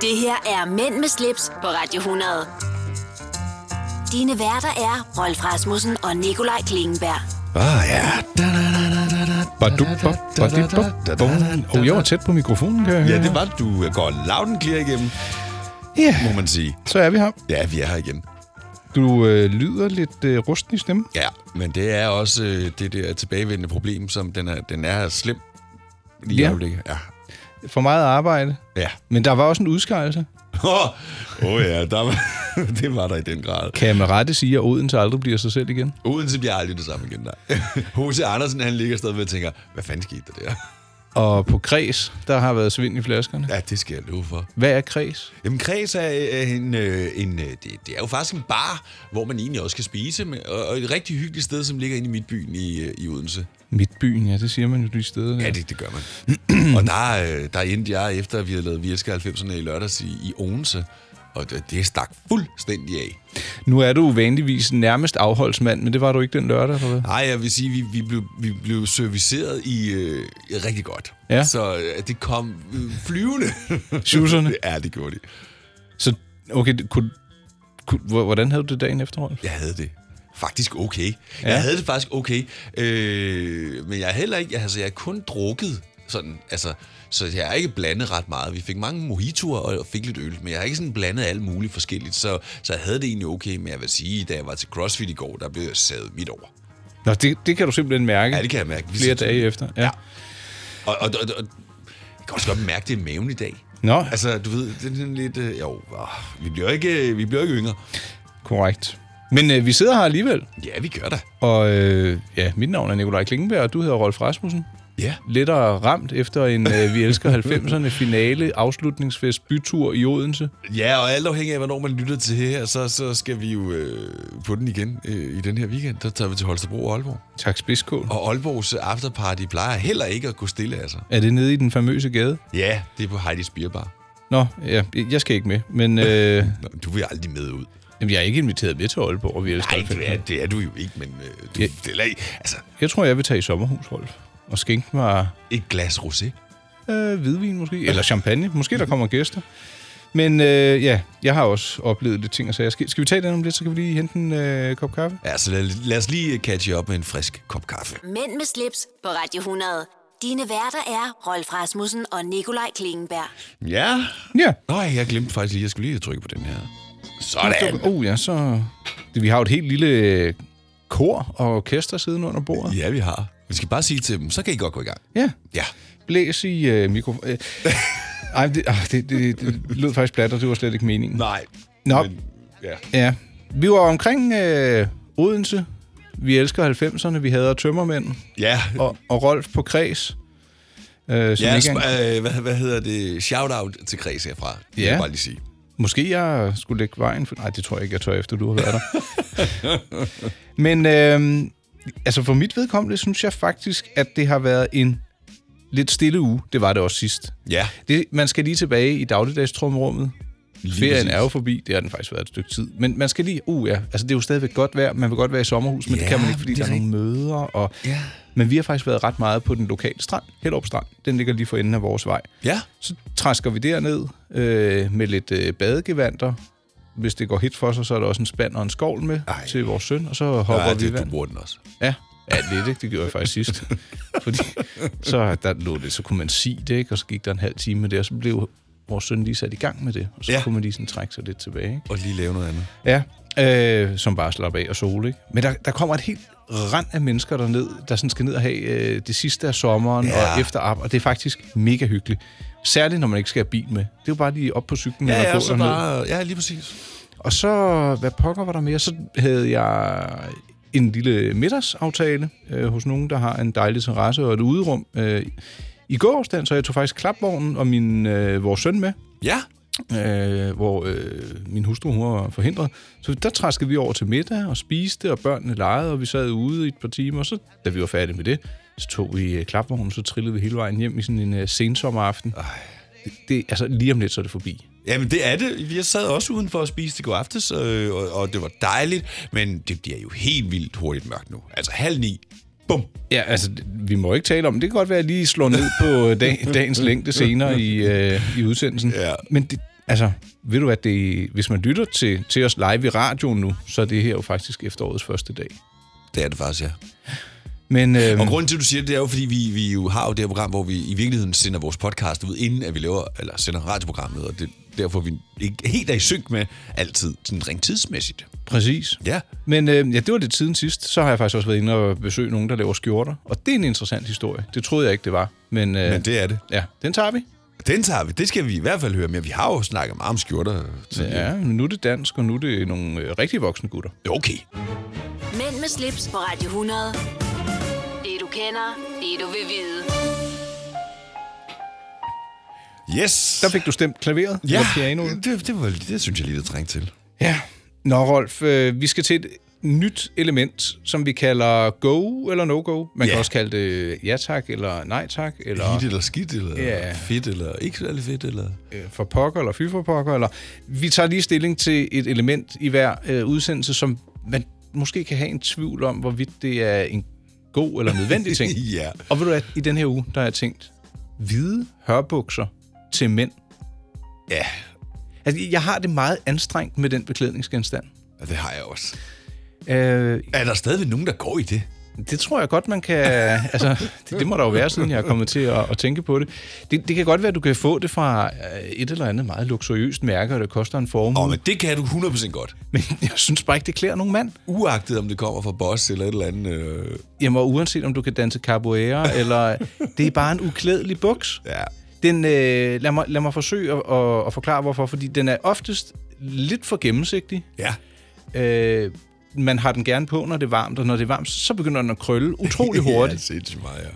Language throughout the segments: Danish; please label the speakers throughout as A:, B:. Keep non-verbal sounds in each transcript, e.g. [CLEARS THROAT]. A: Det her er Mænd med slips på Radio 100. Dine værter er Rolf Rasmussen og Nikolaj Klingenberg.
B: Ah ja.
C: Badup, bop, badup, bop, bum. Og jeg var tæt på mikrofonen, kan jeg
B: Ja,
C: høre.
B: det var det. du. Jeg går loud and clear igennem,
C: Ja,
B: må man sige.
C: så er vi her.
B: Ja, vi er her igen.
C: Du øh, lyder lidt øh, rusten i stemmen.
B: Ja, men det er også øh, det der tilbagevendende problem, som den er, den er slem lige
C: Ja.
B: ja. øjeblikket. Ja.
C: For meget arbejde.
B: Ja. [LAUGHS]
C: Men der var også en udskejelse.
B: Åh oh, ja, der var, det var [LAUGHS] der i den grad.
C: Kan jeg med rette sige, at Odense aldrig bliver sig selv igen?
B: Odense bliver aldrig det samme igen, nej. [LAUGHS] H.C. Andersen, han ligger stadigvæk og tænker, hvad fanden skete der [LAUGHS] der?
C: Og på kreds, der har været svind i flaskerne.
B: Ja, det skal jeg love for.
C: Hvad er kreds?
B: Jamen, Kreds er øh, en... øh, en øh, det, det er jo faktisk en bar, hvor man egentlig også kan spise, men, og, og et rigtig hyggeligt sted, som ligger inde i midtbyen i, øh, i Odense.
C: Midtbyen, ja, det siger man jo de steder.
B: Ja,
C: der.
B: det, det gør man. [CLEARS THROAT] og der, øh, der endte jeg, efter at vi havde lavet Virke 90'erne i lørdags i, i Odense, og det, det stak fuldstændig af.
C: Nu er du vanligvis nærmest afholdsmand, men det var du ikke den lørdag, eller hvad?
B: Nej, jeg vil sige, vi, vi, blev, vi blev serviceret i øh, rigtig godt.
C: Ja.
B: Så øh, det kom øh, flyvende.
C: Schuserne?
B: [LAUGHS] ja, det gjorde de.
C: Så, okay, det- kunne, kunne, hvor- hvordan havde du det dagen efter, Rolf?
B: Jeg havde det faktisk okay. Ja.
C: Ja.
B: Jeg havde det faktisk okay. Øh, men jeg er heller ikke, altså jeg har kun drukket sådan, altså, så jeg har ikke blandet ret meget. Vi fik mange mojitoer og fik lidt øl, men jeg har ikke sådan blandet alt muligt forskelligt, så, så jeg havde det egentlig okay, men jeg vil sige, da jeg var til CrossFit i går, der blev jeg savet midt over.
C: Nå, det, det kan du simpelthen mærke
B: Ja, det kan jeg mærke. Vi
C: flere
B: sidder-
C: dage efter. Ja.
B: Og, og, og, og jeg kan også godt mærke det i maven i dag.
C: Nå,
B: Altså, du ved, det er sådan lidt... Øh, jo, øh, vi bliver ikke, vi bliver ikke yngre.
C: korrekt. Men øh, vi sidder her alligevel,
B: Ja, vi gør det.
C: og øh, ja, mit navn er Nikolaj Klingenberg, og du hedder Rolf Rasmussen.
B: Ja.
C: Lettere ramt efter en øh, Vi elsker 90'erne finale afslutningsfest bytur i Odense.
B: Ja, og alt afhængig af, hvornår man lytter til det her, så, så skal vi jo øh, på den igen øh, i den her weekend. Der tager vi til Holstebro og Aalborg.
C: Tak spidskål.
B: Og Aalborgs øh, afterparty plejer heller ikke at gå stille altså. af sig.
C: Er det nede i den famøse gade?
B: Ja, det er på Heidi's Bierbar.
C: Nå, ja, jeg skal ikke med, men øh,
B: Nå, du vil aldrig med ud.
C: jamen, jeg er ikke inviteret med til Aalborg, og vi elsker
B: Nej,
C: 90'erne.
B: det er, det er du jo ikke, men øh, du,
C: Ja.
B: ja. det er heller ikke- altså,
C: Jeg tror, jeg vil tage i sommerhus, Rolf, og skænke mig
B: et glas rosé.
C: øh, hvidvin måske, eller champagne. Måske der kommer gæster. Men øh, ja, jeg har også oplevet lidt ting og sager. Skal, skal vi tage den om lidt, så kan vi lige hente en øh, kop kaffe?
B: Ja, så Altså, lad, lad os lige øh, catche op med en frisk kop kaffe.
A: Mænd med slips på Radio 100. Dine værter er Rolf Rasmussen og Nikolaj Klingenberg.
B: Ja.
C: Ja.
B: Nej, jeg glemte faktisk lige, jeg skulle lige trykke på den her.
C: Så,
B: Sådan.
C: oh ja, så... Det, vi har jo et helt lille øh, kor og orkester siden under bordet.
B: Ja, vi har. Vi skal bare sige til dem, så kan I godt gå i gang.
C: Ja.
B: Ja.
C: Blæs i øh, mikro...
B: [LAUGHS]
C: Øh. Ej, men det, ah, det, det, det lød faktisk plat, og det var slet ikke meningen.
B: Nej.
C: Nå.
B: ja.
C: Ja. Vi var omkring øh, Odense. Vi elsker 90'erne. Vi hader tømmermænd.
B: Ja,
C: og, og Rolf på kreds. Øh, som
B: ja
C: ja, ikke, engang-
B: sp- øh, hvad, hvad hedder det? Shout-out til Kreds herfra. Det vil
C: Ja.
B: jeg bare lige sige.
C: måske jeg skulle lægge vejen... For, nej, det tror jeg ikke, jeg tør efter, du har været der. [LAUGHS] Men øh, altså for mit vedkommende synes jeg faktisk, at det har været en lidt stille uge. Det var det også sidst.
B: Ja.
C: Det, man skal lige tilbage i dagligdagstrumrummet. Ferien
B: præcis.
C: er jo forbi, det har den faktisk været et stykke tid. Men man skal lige, uh ja, altså det er jo stadigvæk godt vejr, man vil godt være i sommerhus, men ja, det
B: Ja,
C: kan man ikke, fordi
B: det
C: der
B: er
C: er nogle møder. Og,
B: Ja.
C: Men vi har faktisk været ret meget på den lokale strand, Hellerup Strand. Den ligger lige for enden af vores vej.
B: Ja.
C: Så træsker vi derned øh, med lidt øh, badegevanter. Hvis det går hit for sig, så er der også en spand og en skovl med Ej.
B: Ej.
C: til vores søn, og så hopper
B: Nej,
C: vi i
B: det, du
C: vand.
B: bruger den også.
C: Ja. ja, lidt, ikke? Det gjorde jeg faktisk
B: [LAUGHS]
C: sidst. Fordi så, der lå det, så kunne man sige det, ikke? og så gik der en halv time der, og så blev vores søn lige sat i gang med det, og så ja.
B: Ja.
C: kunne man lige sådan trække sig lidt tilbage. Ikke?
B: Og lige lave noget andet.
C: Ja, øh, som bare slapper af og sol, ikke? Men der, der kommer et helt rand af mennesker derned, der sådan skal ned og have øh, det sidste af sommeren ja.
B: Ja.
C: og efter op, og det er faktisk mega hyggeligt. Særligt, når man ikke skal have bil med. Det er jo bare lige op på cyklen
B: Ja,
C: eller
B: ja,
C: gå
B: så
C: derned.
B: bare, ja, lige præcis.
C: Og så, hvad pokker var der mere? Så havde jeg en lille middagsaftale øh, hos nogen, der har en dejlig terrasse og et uderum. Øh, I gårsdagen, så jeg tog faktisk klapvognen og min, øh, vores søn med
B: Ja.
C: øh, hvor øh, min hustru hun var forhindret. Så der træskede vi over til middag og spiste, og børnene legede, og vi sad ude i et par timer. Og så, da vi var færdige med det, så tog vi øh, klapvognen, så trillede vi hele vejen hjem i sådan en øh, sensommeraften. Det, det, altså, lige om lidt, så er det forbi.
B: Jamen, det er det. Vi sad også udenfor og spiste i går aftes, øh, og, og det var dejligt, men det bliver jo helt vildt hurtigt mørkt nu. Altså halv ni. Bum.
C: Ja, altså, det- vi må ikke tale om det. Det [LAUGHS] kan godt være, at jeg lige slår ned på øh, dag, dagens længde senere i, øh, i udsendelsen.
B: Ja.
C: Men det, Altså, ved du at det, hvis man lytter til, til os live i radioen nu, så er det her jo faktisk efterårets første dag.
B: Det er det faktisk, ja.
C: Men, øhm,
B: Og grunden til, at du siger det, det er jo, fordi vi, vi jo har jo det her program, hvor vi i virkeligheden sender vores podcast ud, inden at vi laver, eller sender radioprogrammet, og det, derfor er vi ikke helt er i synk med altid, sådan rent tidsmæssigt.
C: præcis.
B: Ja.
C: Men øh, ja, det var det tiden sidst. Så har jeg faktisk også været inde og besøge nogen, der laver skjorter. Og det er en interessant historie. Det troede jeg ikke, det var. Men, øh,
B: Men det er det.
C: ja, den tager vi.
B: Den tager vi. Det skal vi i hvert fald høre mere. Vi har jo snakket meget om skjorter. tidligere.
C: Ja, men nu er det dansk, og nu er det nogle øh, rigtig voksne gutter.
B: Okay.
A: Mænd med slips på Radio 100. Det du kender, det du vil vide.
B: Yes.
C: Der fik du stemt klaveret
B: ja,
C: eller pianoet.
B: det, det, var, det synes jeg lige, det trængte til.
C: Ja. Nå, Rolf, øh, vi skal til et nyt element, som vi kalder go eller no-go. Man
B: Ja.
C: kan også kalde det øh, ja tak eller nej tak, eller
B: Hit eller skidt, eller
C: Ja.
B: fedt, eller ikke særlig fedt, eller...
C: øh, for pokker eller fy for pokker. Eller... Vi tager lige stilling til et element i hver øh, udsendelse, som man måske kan have en tvivl om, hvorvidt det er en god eller
B: [LAUGHS]
C: nødvendig ting.
B: Ja.
C: Og ved du at i den her uge, der har jeg tænkt, hvide hørbukser til mænd.
B: Ja,
C: Altså, jeg har det meget anstrengt med den beklædningsgenstand.
B: og det har jeg også.
C: Øh,
B: Er der stadigvæk nogen, der går i det?
C: Det tror jeg godt, man kan... altså, det, det må der jo være, siden jeg er kommet til at, at tænke på det. det. Det kan godt være, at du kan få det fra øh, et eller andet meget luksuriøst mærke, og det koster en formue.
B: Åh, oh,
C: Oh,
B: men det kan du 100% godt.
C: men jeg synes bare ikke, det klæder nogen mand.
B: Uagtet om det kommer fra Boss eller et eller andet... Øh...
C: Jamen, og uanset om du kan danse capoeira, eller... Det er bare en uklædelig buks.
B: Ja.
C: Den, øh, lad, mig, lad mig forsøge at, at, at forklare, hvorfor. Fordi den er oftest lidt for gennemsigtig.
B: Ja.
C: Øh, man har den gerne på, når det er varmt, og når det er varmt, så begynder den at
B: [LAUGHS]
C: krølle utrolig
B: Ja,
C: hurtigt.
B: det er sindssygt meget, ja.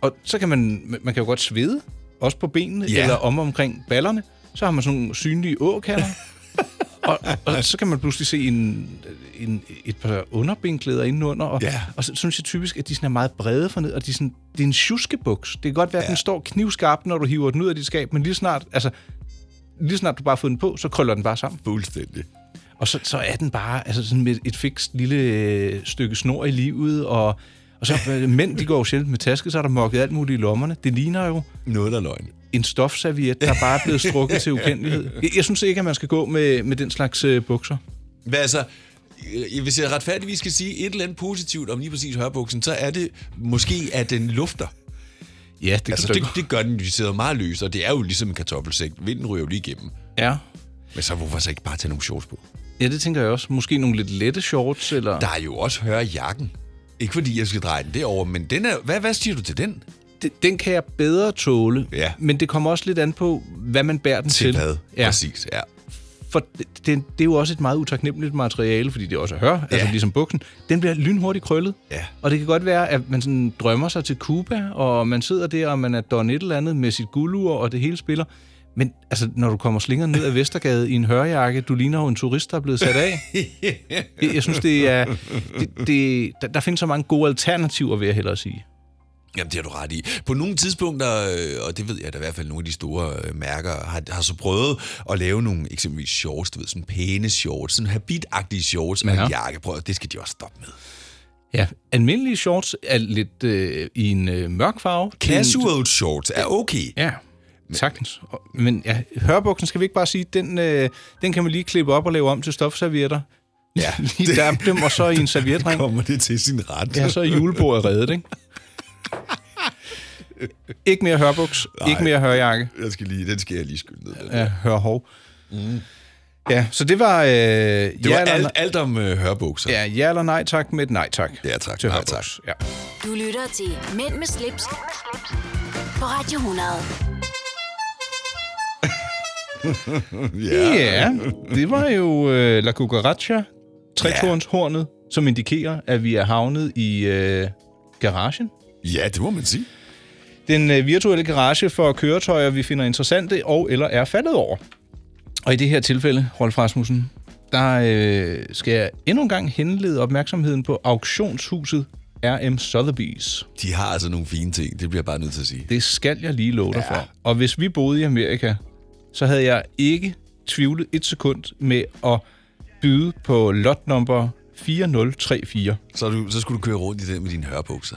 C: Og så kan man, man kan jo godt svede, også på benene,
B: Ja.
C: ja. eller om og omkring ballerne. Så har man sådan nogle synlige
B: [LAUGHS]
C: åkaller. og, og så kan man pludselig se en, en, et par underbenklæder indenunder. Og,
B: Ja.
C: og så synes jeg typisk, at de sådan er meget brede for ned, og de er sådan, det er en tjuskebuks. Det kan godt være, at den står knivskarp, når du hiver den ud af dit skab, men lige snart, altså, lige snart du bare har fået den på, så krøller den bare sammen.
B: Fuldstændig.
C: Og så, så er den bare altså sådan med et fikst lille øh, stykke snor i livet, og, og så øh, mænd, de går jo sjældent med taske, så er der mokket alt muligt i lommerne. Det ligner jo
B: Noget, der er løgn.
C: en stofserviet, der bare er blevet strukket til ukendelighed. Jeg, jeg synes ikke, at man skal gå med, med den slags øh, bukser.
B: Hvad altså, øh, hvis jeg retfærdigvis skal sige et eller andet positivt om lige præcis hørbuksen, så er det måske, at den lufter.
C: Ja, det kan
B: Altså, det, det gør den, de sidder meget løs, og det er jo ligesom en kartoffelsæk. Vinden ryger jo lige igennem.
C: Ja.
B: Men så hvorfor så ikke bare tage nogle shorts på?
C: ja, det tænker jeg også. Måske nogle lidt lette shorts, eller...
B: Der er jo også høre jakken. Ikke fordi jeg skal dreje den derover, men den er, hvad, hvad siger du til den?
C: Den, den kan jeg bedre tåle,
B: Ja.
C: men det kommer også lidt an på, hvad man bærer den til.
B: hvad?
C: Ja.
B: Præcis, ja.
C: for det, det, det er jo også et meget utaknemmeligt materiale, fordi det også er hør, ja. altså ligesom buksen. Den bliver lynhurtigt krøllet.
B: Ja.
C: Og det kan godt være, at man sådan drømmer sig til Cuba, og man sidder der, og man er don et eller andet med sit guldur, og det hele spiller. Men altså, når du kommer slinger ned ad Vestergade i en hørjakke, du ligner jo en turist, der er blevet sat [LAUGHS] af.
B: [LAUGHS]
C: Jeg, jeg synes, det er... Det, det, der, der findes så mange gode alternativer, vil jeg hellere sige.
B: Jamen, det har du ret i. På nogle tidspunkter, øh, og det ved jeg, at i hvert fald nogle af de store øh, mærker har, har så prøvet at lave nogle eksempelvis shorts, du ved, sådan pæne shorts, sådan habitagtige shorts ja. og en
C: Ja.
B: jakke. Prøv, det skal de også stoppe med.
C: Ja, almindelige shorts er lidt øh, i en øh, mørk farve.
B: Casual shorts er okay.
C: Ja, sagtens. Og- Men ja, hørbuksen skal vi ikke bare sige, den, øh, den kan man lige klippe op og lave om til stofservietter.
B: Ja,
C: [LAUGHS] Lige
B: det-
C: dampe dem, og så i en servietring.
B: Kommer [LAUGHS] det til sin ret?
C: Ja, så er julebordet reddet,
B: [LAUGHS]
C: ikke? Ikke mere hørbuks, Nej. ikke mere hørjakke,
B: Jeg skal lige, den skal jeg lige skynde ned. Den.
C: ja, hørhov. Mm. Ja, så det var, øh, det
B: Det
C: ja,
B: var
C: eller
B: alt,
C: nej,
B: alt om øh, hørbukser.
C: ja, ja eller nej tak med et nej tak.
B: Ja, tak.
C: Til
B: Nej,
C: hørbuks. Ja.
A: Du lytter til Mænd med slips, på Radio 100.
B: ja.
C: Ja, det var jo øh, La Cucaracha, trætornshornet, som indikerer, at vi er havnet i øh, garagen.
B: ja, det må man sige.
C: Den øh, virtuelle garage for køretøjer, vi finder interessante og eller er faldet over. Og i det her tilfælde, Rolf Rasmussen, der øh, skal jeg endnu en gang henlede opmærksomheden på auktionshuset RM Sotheby's.
B: De har altså nogle fine ting, det bliver jeg bare nødt til at sige.
C: Det skal jeg lige love dig ja. for. Og hvis vi boede i Amerika, så havde jeg ikke tvivlet et sekund med at byde på lot number 4034.
B: Så, er du, så skulle du køre rundt i den med dine hørbukser.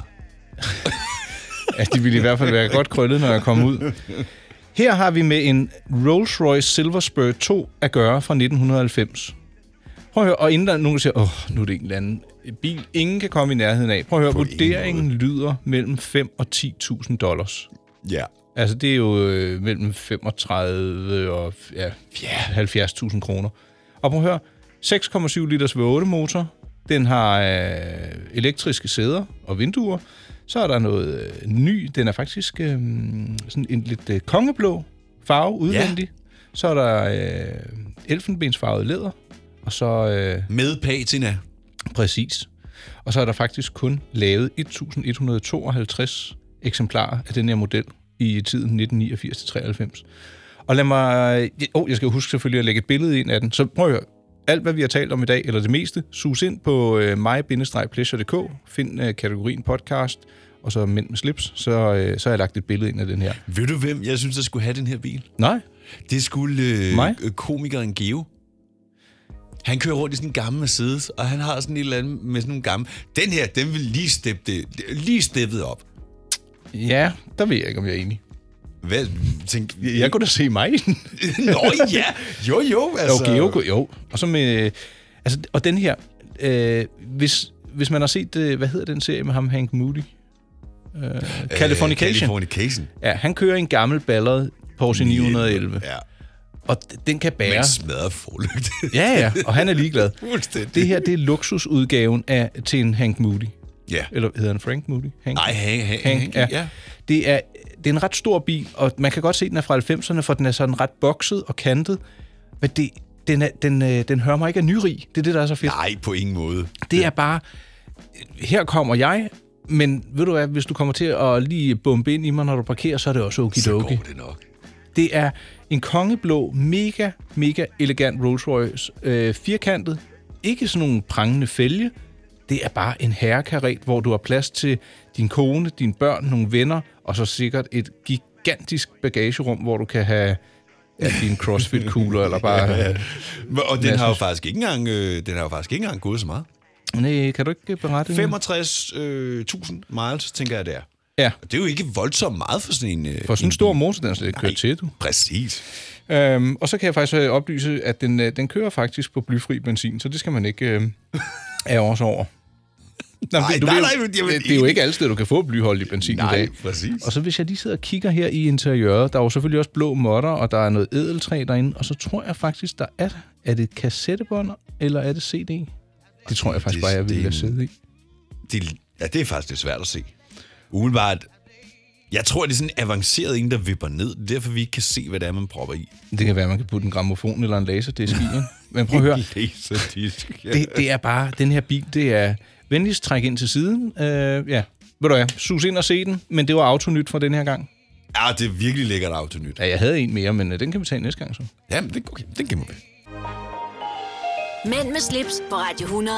C: Altså, de ville i hvert fald være godt krøllet, når jeg kom ud. Her har vi med en Rolls-Royce Silverspur 2 at gøre fra 1990. Prøv at høre, og inden der er nogen, der siger, åh, nu er det en eller anden bil, ingen kan komme i nærheden af. Prøv at høre,
B: På ingen
C: vurderingen lyder mellem 5 og 10.000 dollars.
B: Ja.
C: Altså, det er jo øh, mellem 35 og ja, ja, 70.000 kroner. Og prøv at høre, 6,7 liters V8-motor, den har øh, elektriske sæder og vinduer, så er der noget øh, ny, den er faktisk øh, sådan en lidt øh, kongeblå farve udvendig. Så er der øh, elfenbensfarvet læder, og så øh,
B: Med patina.
C: Præcis. Og så er der faktisk kun lavet 1152 eksemplarer af den her model i tiden 1989-93. Og lad mig... Oh, jeg skal jo huske selvfølgelig at lægge et billede ind af den. Så prøv at høre. Alt, hvad vi har talt om i dag, eller det meste, sus ind på øh, mig-pleasure.dk, find øh, kategorien podcast, og så mænd med slips, så, øh, så har jeg lagt et billede ind af den her.
B: Ved du, hvem jeg synes, der skulle have den her bil?
C: Nej,
B: Det skulle øh,
C: Mig?
B: øh, komikeren Geo. Han kører rundt i sådan en gammel Mercedes, og han har sådan et eller andet med sådan nogle gamle... Den her, den vil lige steppe det, lige steppet op.
C: ja, der ved jeg ikke, om jeg er enig.
B: Hvad? Tænk,
C: Jeg kunne da se mig i den.
B: Nå ja, jo jo. Altså.
C: Altså... Jo, Georg, jo. Og så med... Altså, og den her... Øh, hvis, hvis man har set... Øh, hvad hedder den serie med ham, Hank Moody? Øh, Californication.
B: Øh, Californication.
C: Ja, han kører en gammel ballade Porsche 911.
B: Ja,
C: Og d- den kan
B: men
C: bære...
B: smadret forlygt.
C: [LAUGHS] Ja, ja, og han er ligeglad.
B: Fuldstændig.
C: Det her, det er luksusudgaven af, til en Hank Moody.
B: Ja.
C: Eller hedder han Frank Moody? Hank?
B: Nej, Hank, Hank,
C: Hank, ja. ja. Det er, det er en ret stor bil, og man kan godt se, at den er fra 90'erne, for den er sådan ret bokset og kantet. Men det, den, er, den, øh, den hører mig ikke af nyrig. Det er det, der er så fedt.
B: Nej, på ingen måde.
C: Det er bare, her kommer jeg, men ved du hvad, hvis du kommer til at lige bombe ind i mig, når du parkerer, så er det også
B: Så okay.
C: okidoki.
B: går det nok.
C: Det er en kongeblå, mega, mega elegant Rolls Royce. Øh, firkantet. Ikke sådan nogle prangende fælge. Det er bare en herrekaret, hvor du har plads til din kone, dine børn, nogle venner, og så sikkert et gigantisk bagagerum, hvor du kan have ja, din CrossFit-kugler, eller bare... [LAUGHS] ja,
B: Og den
C: Jeg
B: har, jo
C: synes-
B: faktisk ikke engang, øh, den har jo faktisk ikke engang gået så meget.
C: Nej, kan du ikke berette?
B: 65.000 øh, miles, tænker jeg, det er.
C: Ja,
B: Og det er jo ikke voldsomt meget for sådan en... Øh,
C: for sådan en stor motor, den er slet ikke kørt til, du.
B: Præcis.
C: Øhm, og så kan jeg faktisk øh, oplyse, at den, øh, den kører faktisk på blyfri benzin, så det skal man ikke øh,
B: [LAUGHS]
C: ære os over. Nå,
B: Nej,
C: men du
B: nej,
C: ved jo-
B: nej, men jeg vil-
C: det, det er jo ikke alle steder, du kan få blyholdig benzin i
B: Nej,
C: dag.
B: præcis.
C: Og så hvis jeg lige sidder og kigger her i interiøret, der er jo selvfølgelig også blå modder, og der er noget edeltræ derinde, og så tror jeg faktisk, der er... Er det et kassettebånd, eller er det CD? Det tror jeg faktisk
B: Det-
C: bare, jeg
B: det-
C: ville have siddet i.
B: Det, ja, det er faktisk lidt svært at se. Umiddelbart, jeg tror, det er sådan en avanceret en, der vipper ned. Det er derfor, vi ikke kan se, hvad det er, man propper i.
C: Det kan være, man kan putte en gramofon eller en laserdisk i, ikke?
B: [LAUGHS]
C: Men prøv at høre,
B: Laserdisk. Ja.
C: [LAUGHS] det, det er bare, den her bil, det er venligst træk ind til siden. Øh, ja, ved du hvad, sus ind og se den, men det var autonyt fra den her gang.
B: Ja, Ah, det er virkelig lækkert autonyt.
C: Ja, jeg havde en mere, men øh, den kan vi tage næste gang så.
B: Jamen, det, okay, den gemmer vi.
A: Mænd med slips på Radio 100.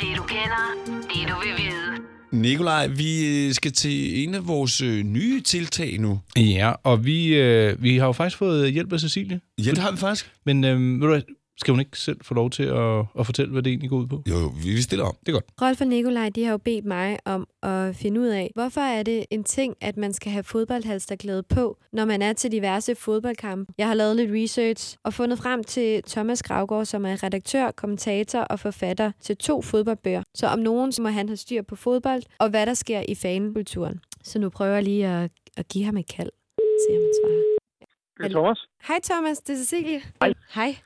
A: Det du kender, det du vil vide.
B: Nikolaj, vi øh, skal til en af vores øh, nye tiltag nu.
C: Ja, og vi, øh, vi har jo faktisk fået hjælp af Cecilie,
B: Ja, det har vi faktisk.
C: men øh, ved du hvad, skal hun ikke selv få lov til at, at fortælle, hvad det egentlig går ud på?
B: Jo, jo, vi vi stiller om.
C: Det er godt.
D: Rolf og Nikolaj, de har jo bedt mig om at finde ud af, hvorfor er det en ting, at man skal have fodboldhalsterklæde på, når man er til diverse fodboldkampe. Jeg har lavet lidt research og fundet frem til Thomas Gravgaard, som er redaktør, kommentator og forfatter til to fodboldbøger. Så om nogen, så må han have styr på fodbold og hvad der sker i fanekulturen. Så nu prøver jeg lige at, at give ham et kald. Se om han svarer.
E: Det er
D: Men-
E: Thomas.
D: Hej Thomas, det er Cecilie.
E: Hej.
D: Hej.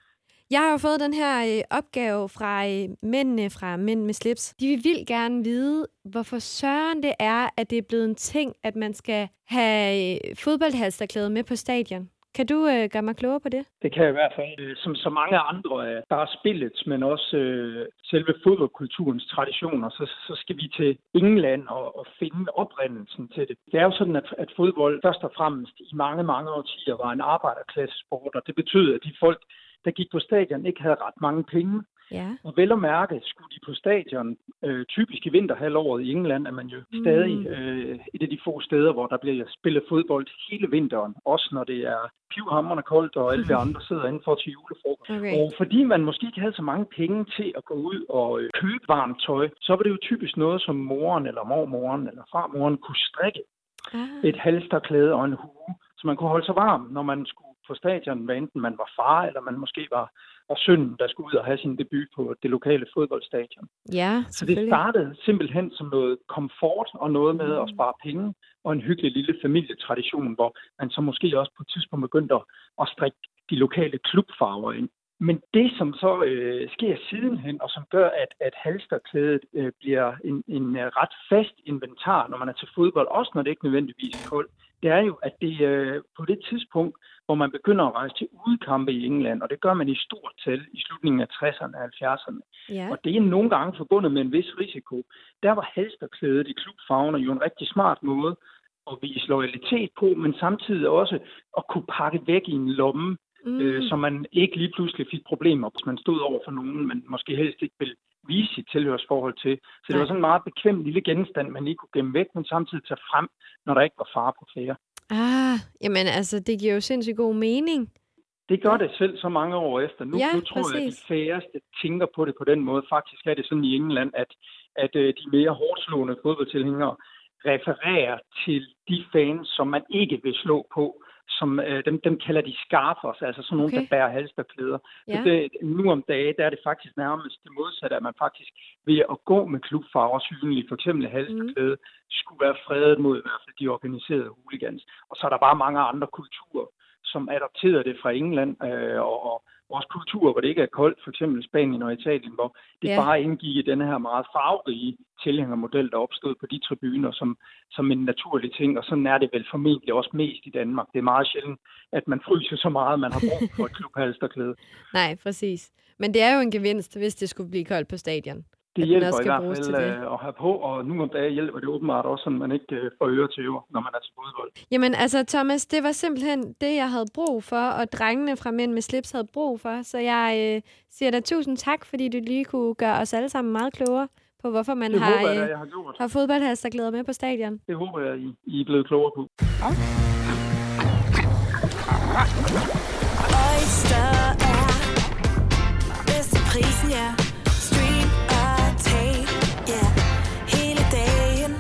D: Jeg har jo fået den her øh, opgave fra øh, mændene fra Mænd med slips. De vil vildt gerne vide, hvorfor søren det er, at det er blevet en ting, at man skal have øh, fodboldhalsterklæde med på stadion. Kan du øh, gøre mig klogere på det?
E: Det kan jeg i hvert fald, øh, som så mange andre, øh, der er spillet, men også øh, selve fodboldkulturens traditioner, så, så skal vi til England og, og finde oprindelsen til det. Det er jo sådan, at, at fodbold først og fremmest i mange, mange årtier var en arbejderklassesport, og det betød, at de folk, der gik på stadion, ikke havde ret mange penge.
D: Ja.
E: Og vel at mærke, skulle de på stadion, øh, typisk i vinterhalvåret i England, er man jo mm. stadig øh, et af de få steder, hvor der bliver spillet fodbold hele vinteren. Også når det er pivhammerne koldt, og alle de andre sidder indenfor til julefrokost.
D: Okay.
E: Og fordi man måske ikke havde så mange penge til at gå ud og øh, købe varmt tøj, så var det jo typisk noget, som moren eller mormoren eller farmoren kunne strikke
D: Ah.
E: et halsterklæde og en hue, Så man kunne holde sig varm, når man skulle på stadion, hvad enten man var far, eller man måske var, var søn, der skulle ud og have sin debut på det lokale fodboldstadion.
D: Ja,
E: Så det
D: selvfølgelig.
E: startede simpelthen som noget komfort og noget med at spare penge og en hyggelig lille familietradition, hvor man så måske også på et tidspunkt begyndte at- at strikke de lokale klubfarver ind. Men det, som så øh, sker sidenhen, og som gør, at, at halsterklædet øh, bliver en, en øh, ret fast inventar, når man er til fodbold, også når det ikke nødvendigvis er koldt, det er jo, at det øh, på det tidspunkt, hvor man begynder at rejse til udekampe i England, og det gør man i stort tal i slutningen af 60'erne og 70'erne,
D: Ja.
E: og det er nogle gange forbundet med en vis risiko. Der var halsterklædet i klubfarverne jo en rigtig smart måde at vise loyalitet på, men samtidig også at kunne pakke væk i en lomme,
D: Mm.
E: mm. øh, så man ikke lige pludselig fik problemer, hvis man stod over for nogen, man måske helst ikke ville vise sit tilhørsforhold til. Så det
D: Nej.
E: var sådan en meget bekvem lille genstand, man lige kunne gemme væk, men samtidig tage frem, når der ikke var fare på færre.
D: Ah, jamen altså, det giver jo sindssygt god mening.
E: Det gør det selv så mange år efter. Nu,
D: Ja,
E: nu tror jeg, at de
D: præcis.
E: færreste tænker på det på den måde. Faktisk er det sådan i England, at, at øh, de mere hårdslående fodboldtilhængere refererer til de fans, som man ikke vil slå på. Som, øh, dem, dem kalder de scarfers, altså sådan nogen,
D: Okay.
E: der bærer halsterklæder. Så
D: Ja.
E: det, nu om dage, der er det faktisk nærmest det modsatte, at man faktisk ved at gå med klubfarver synlige, for eksempel halsklæde, mm. skulle være fredet mod i hvert fald de organiserede hooligans. Og så er der bare mange andre kulturer, som adopterede det fra England, øh, og, og også kulturer, hvor det ikke er koldt, for eksempel Spanien og Italien, hvor det
D: Ja.
E: ja. bare indgik i denne her meget farverige tilhængermodel, der opstod på de tribuner som, som en naturlig ting, og sådan er det vel formentlig også mest i Danmark. Det er meget sjældent, at man fryser så meget, man har brug
D: [LAUGHS]
E: for et klubhalsterklæde.
D: Nej, præcis. Men det er jo en gevinst, hvis det skulle blive koldt på stadion.
E: Det
D: at den
E: hjælper
D: også
E: i
D: skal
E: hvert
D: bruges
E: fald
D: til det.
E: øh, at have på, og nu om dagen hjælper det åbenbart også, at man ikke øh, får øre til øver, når man er til fodbold.
D: Jamen altså, Thomas, det var simpelthen det, jeg havde brug for, og drengene fra Mænd med slips havde brug for. Så jeg øh, siger dig tusind tak, fordi du lige kunne gøre os alle sammen meget klogere på, hvorfor man
E: Det
D: har,
E: håber jeg, da,
D: øh,
E: jeg har gjort.
D: har fodboldhalster glæder med på stadion.
E: Det håber jeg, I, I er blevet klogere på.
F: Oyster er bedst til prisen, ja. Stream og tag, ja. Hele dagen.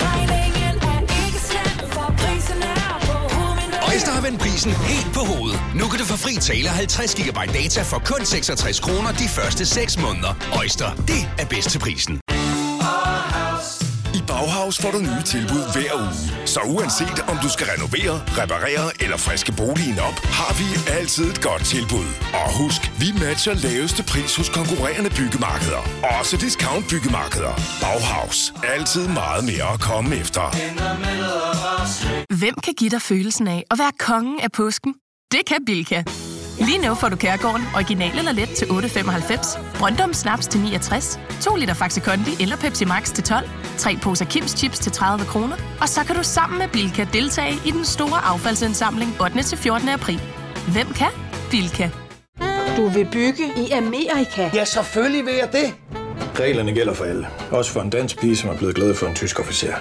F: Regningen er ikke slem, for prisen er på hovedet.
G: Øjster har vendt prisen helt på hovedet. Nu kan du få fri tale og 50 GB data for kun 66 kroner de første 6 måneder. Øjster, det er bedst til prisen.
H: I Bauhaus får du nye tilbud hver uge. Så uanset om du skal renovere, reparere eller friske boligen op, har vi altid et godt tilbud. Og husk, vi matcher laveste pris hos konkurrerende byggemarkeder. Også discount byggemarkeder. Bauhaus. Altid meget mere at komme efter.
I: Hvem kan give dig følelsen af at være kongen af påsken? Det kan Bilka! Lige nu får du Kærgården original eller let til 8.95, Brøndum Snaps til 69, 2 liter Faxi Kondi eller Pepsi Max til 12, 3 poser Kims Chips til 30 kroner, og så kan du sammen med Bilka deltage i den store affaldsindsamling 8. til 14. april. Hvem kan? Bilka.
J: Du vil bygge i Amerika?
K: Ja, selvfølgelig vil jeg det.
L: Reglerne gælder for alle. Også for en dansk pige, som er blevet glad for en tysk officer.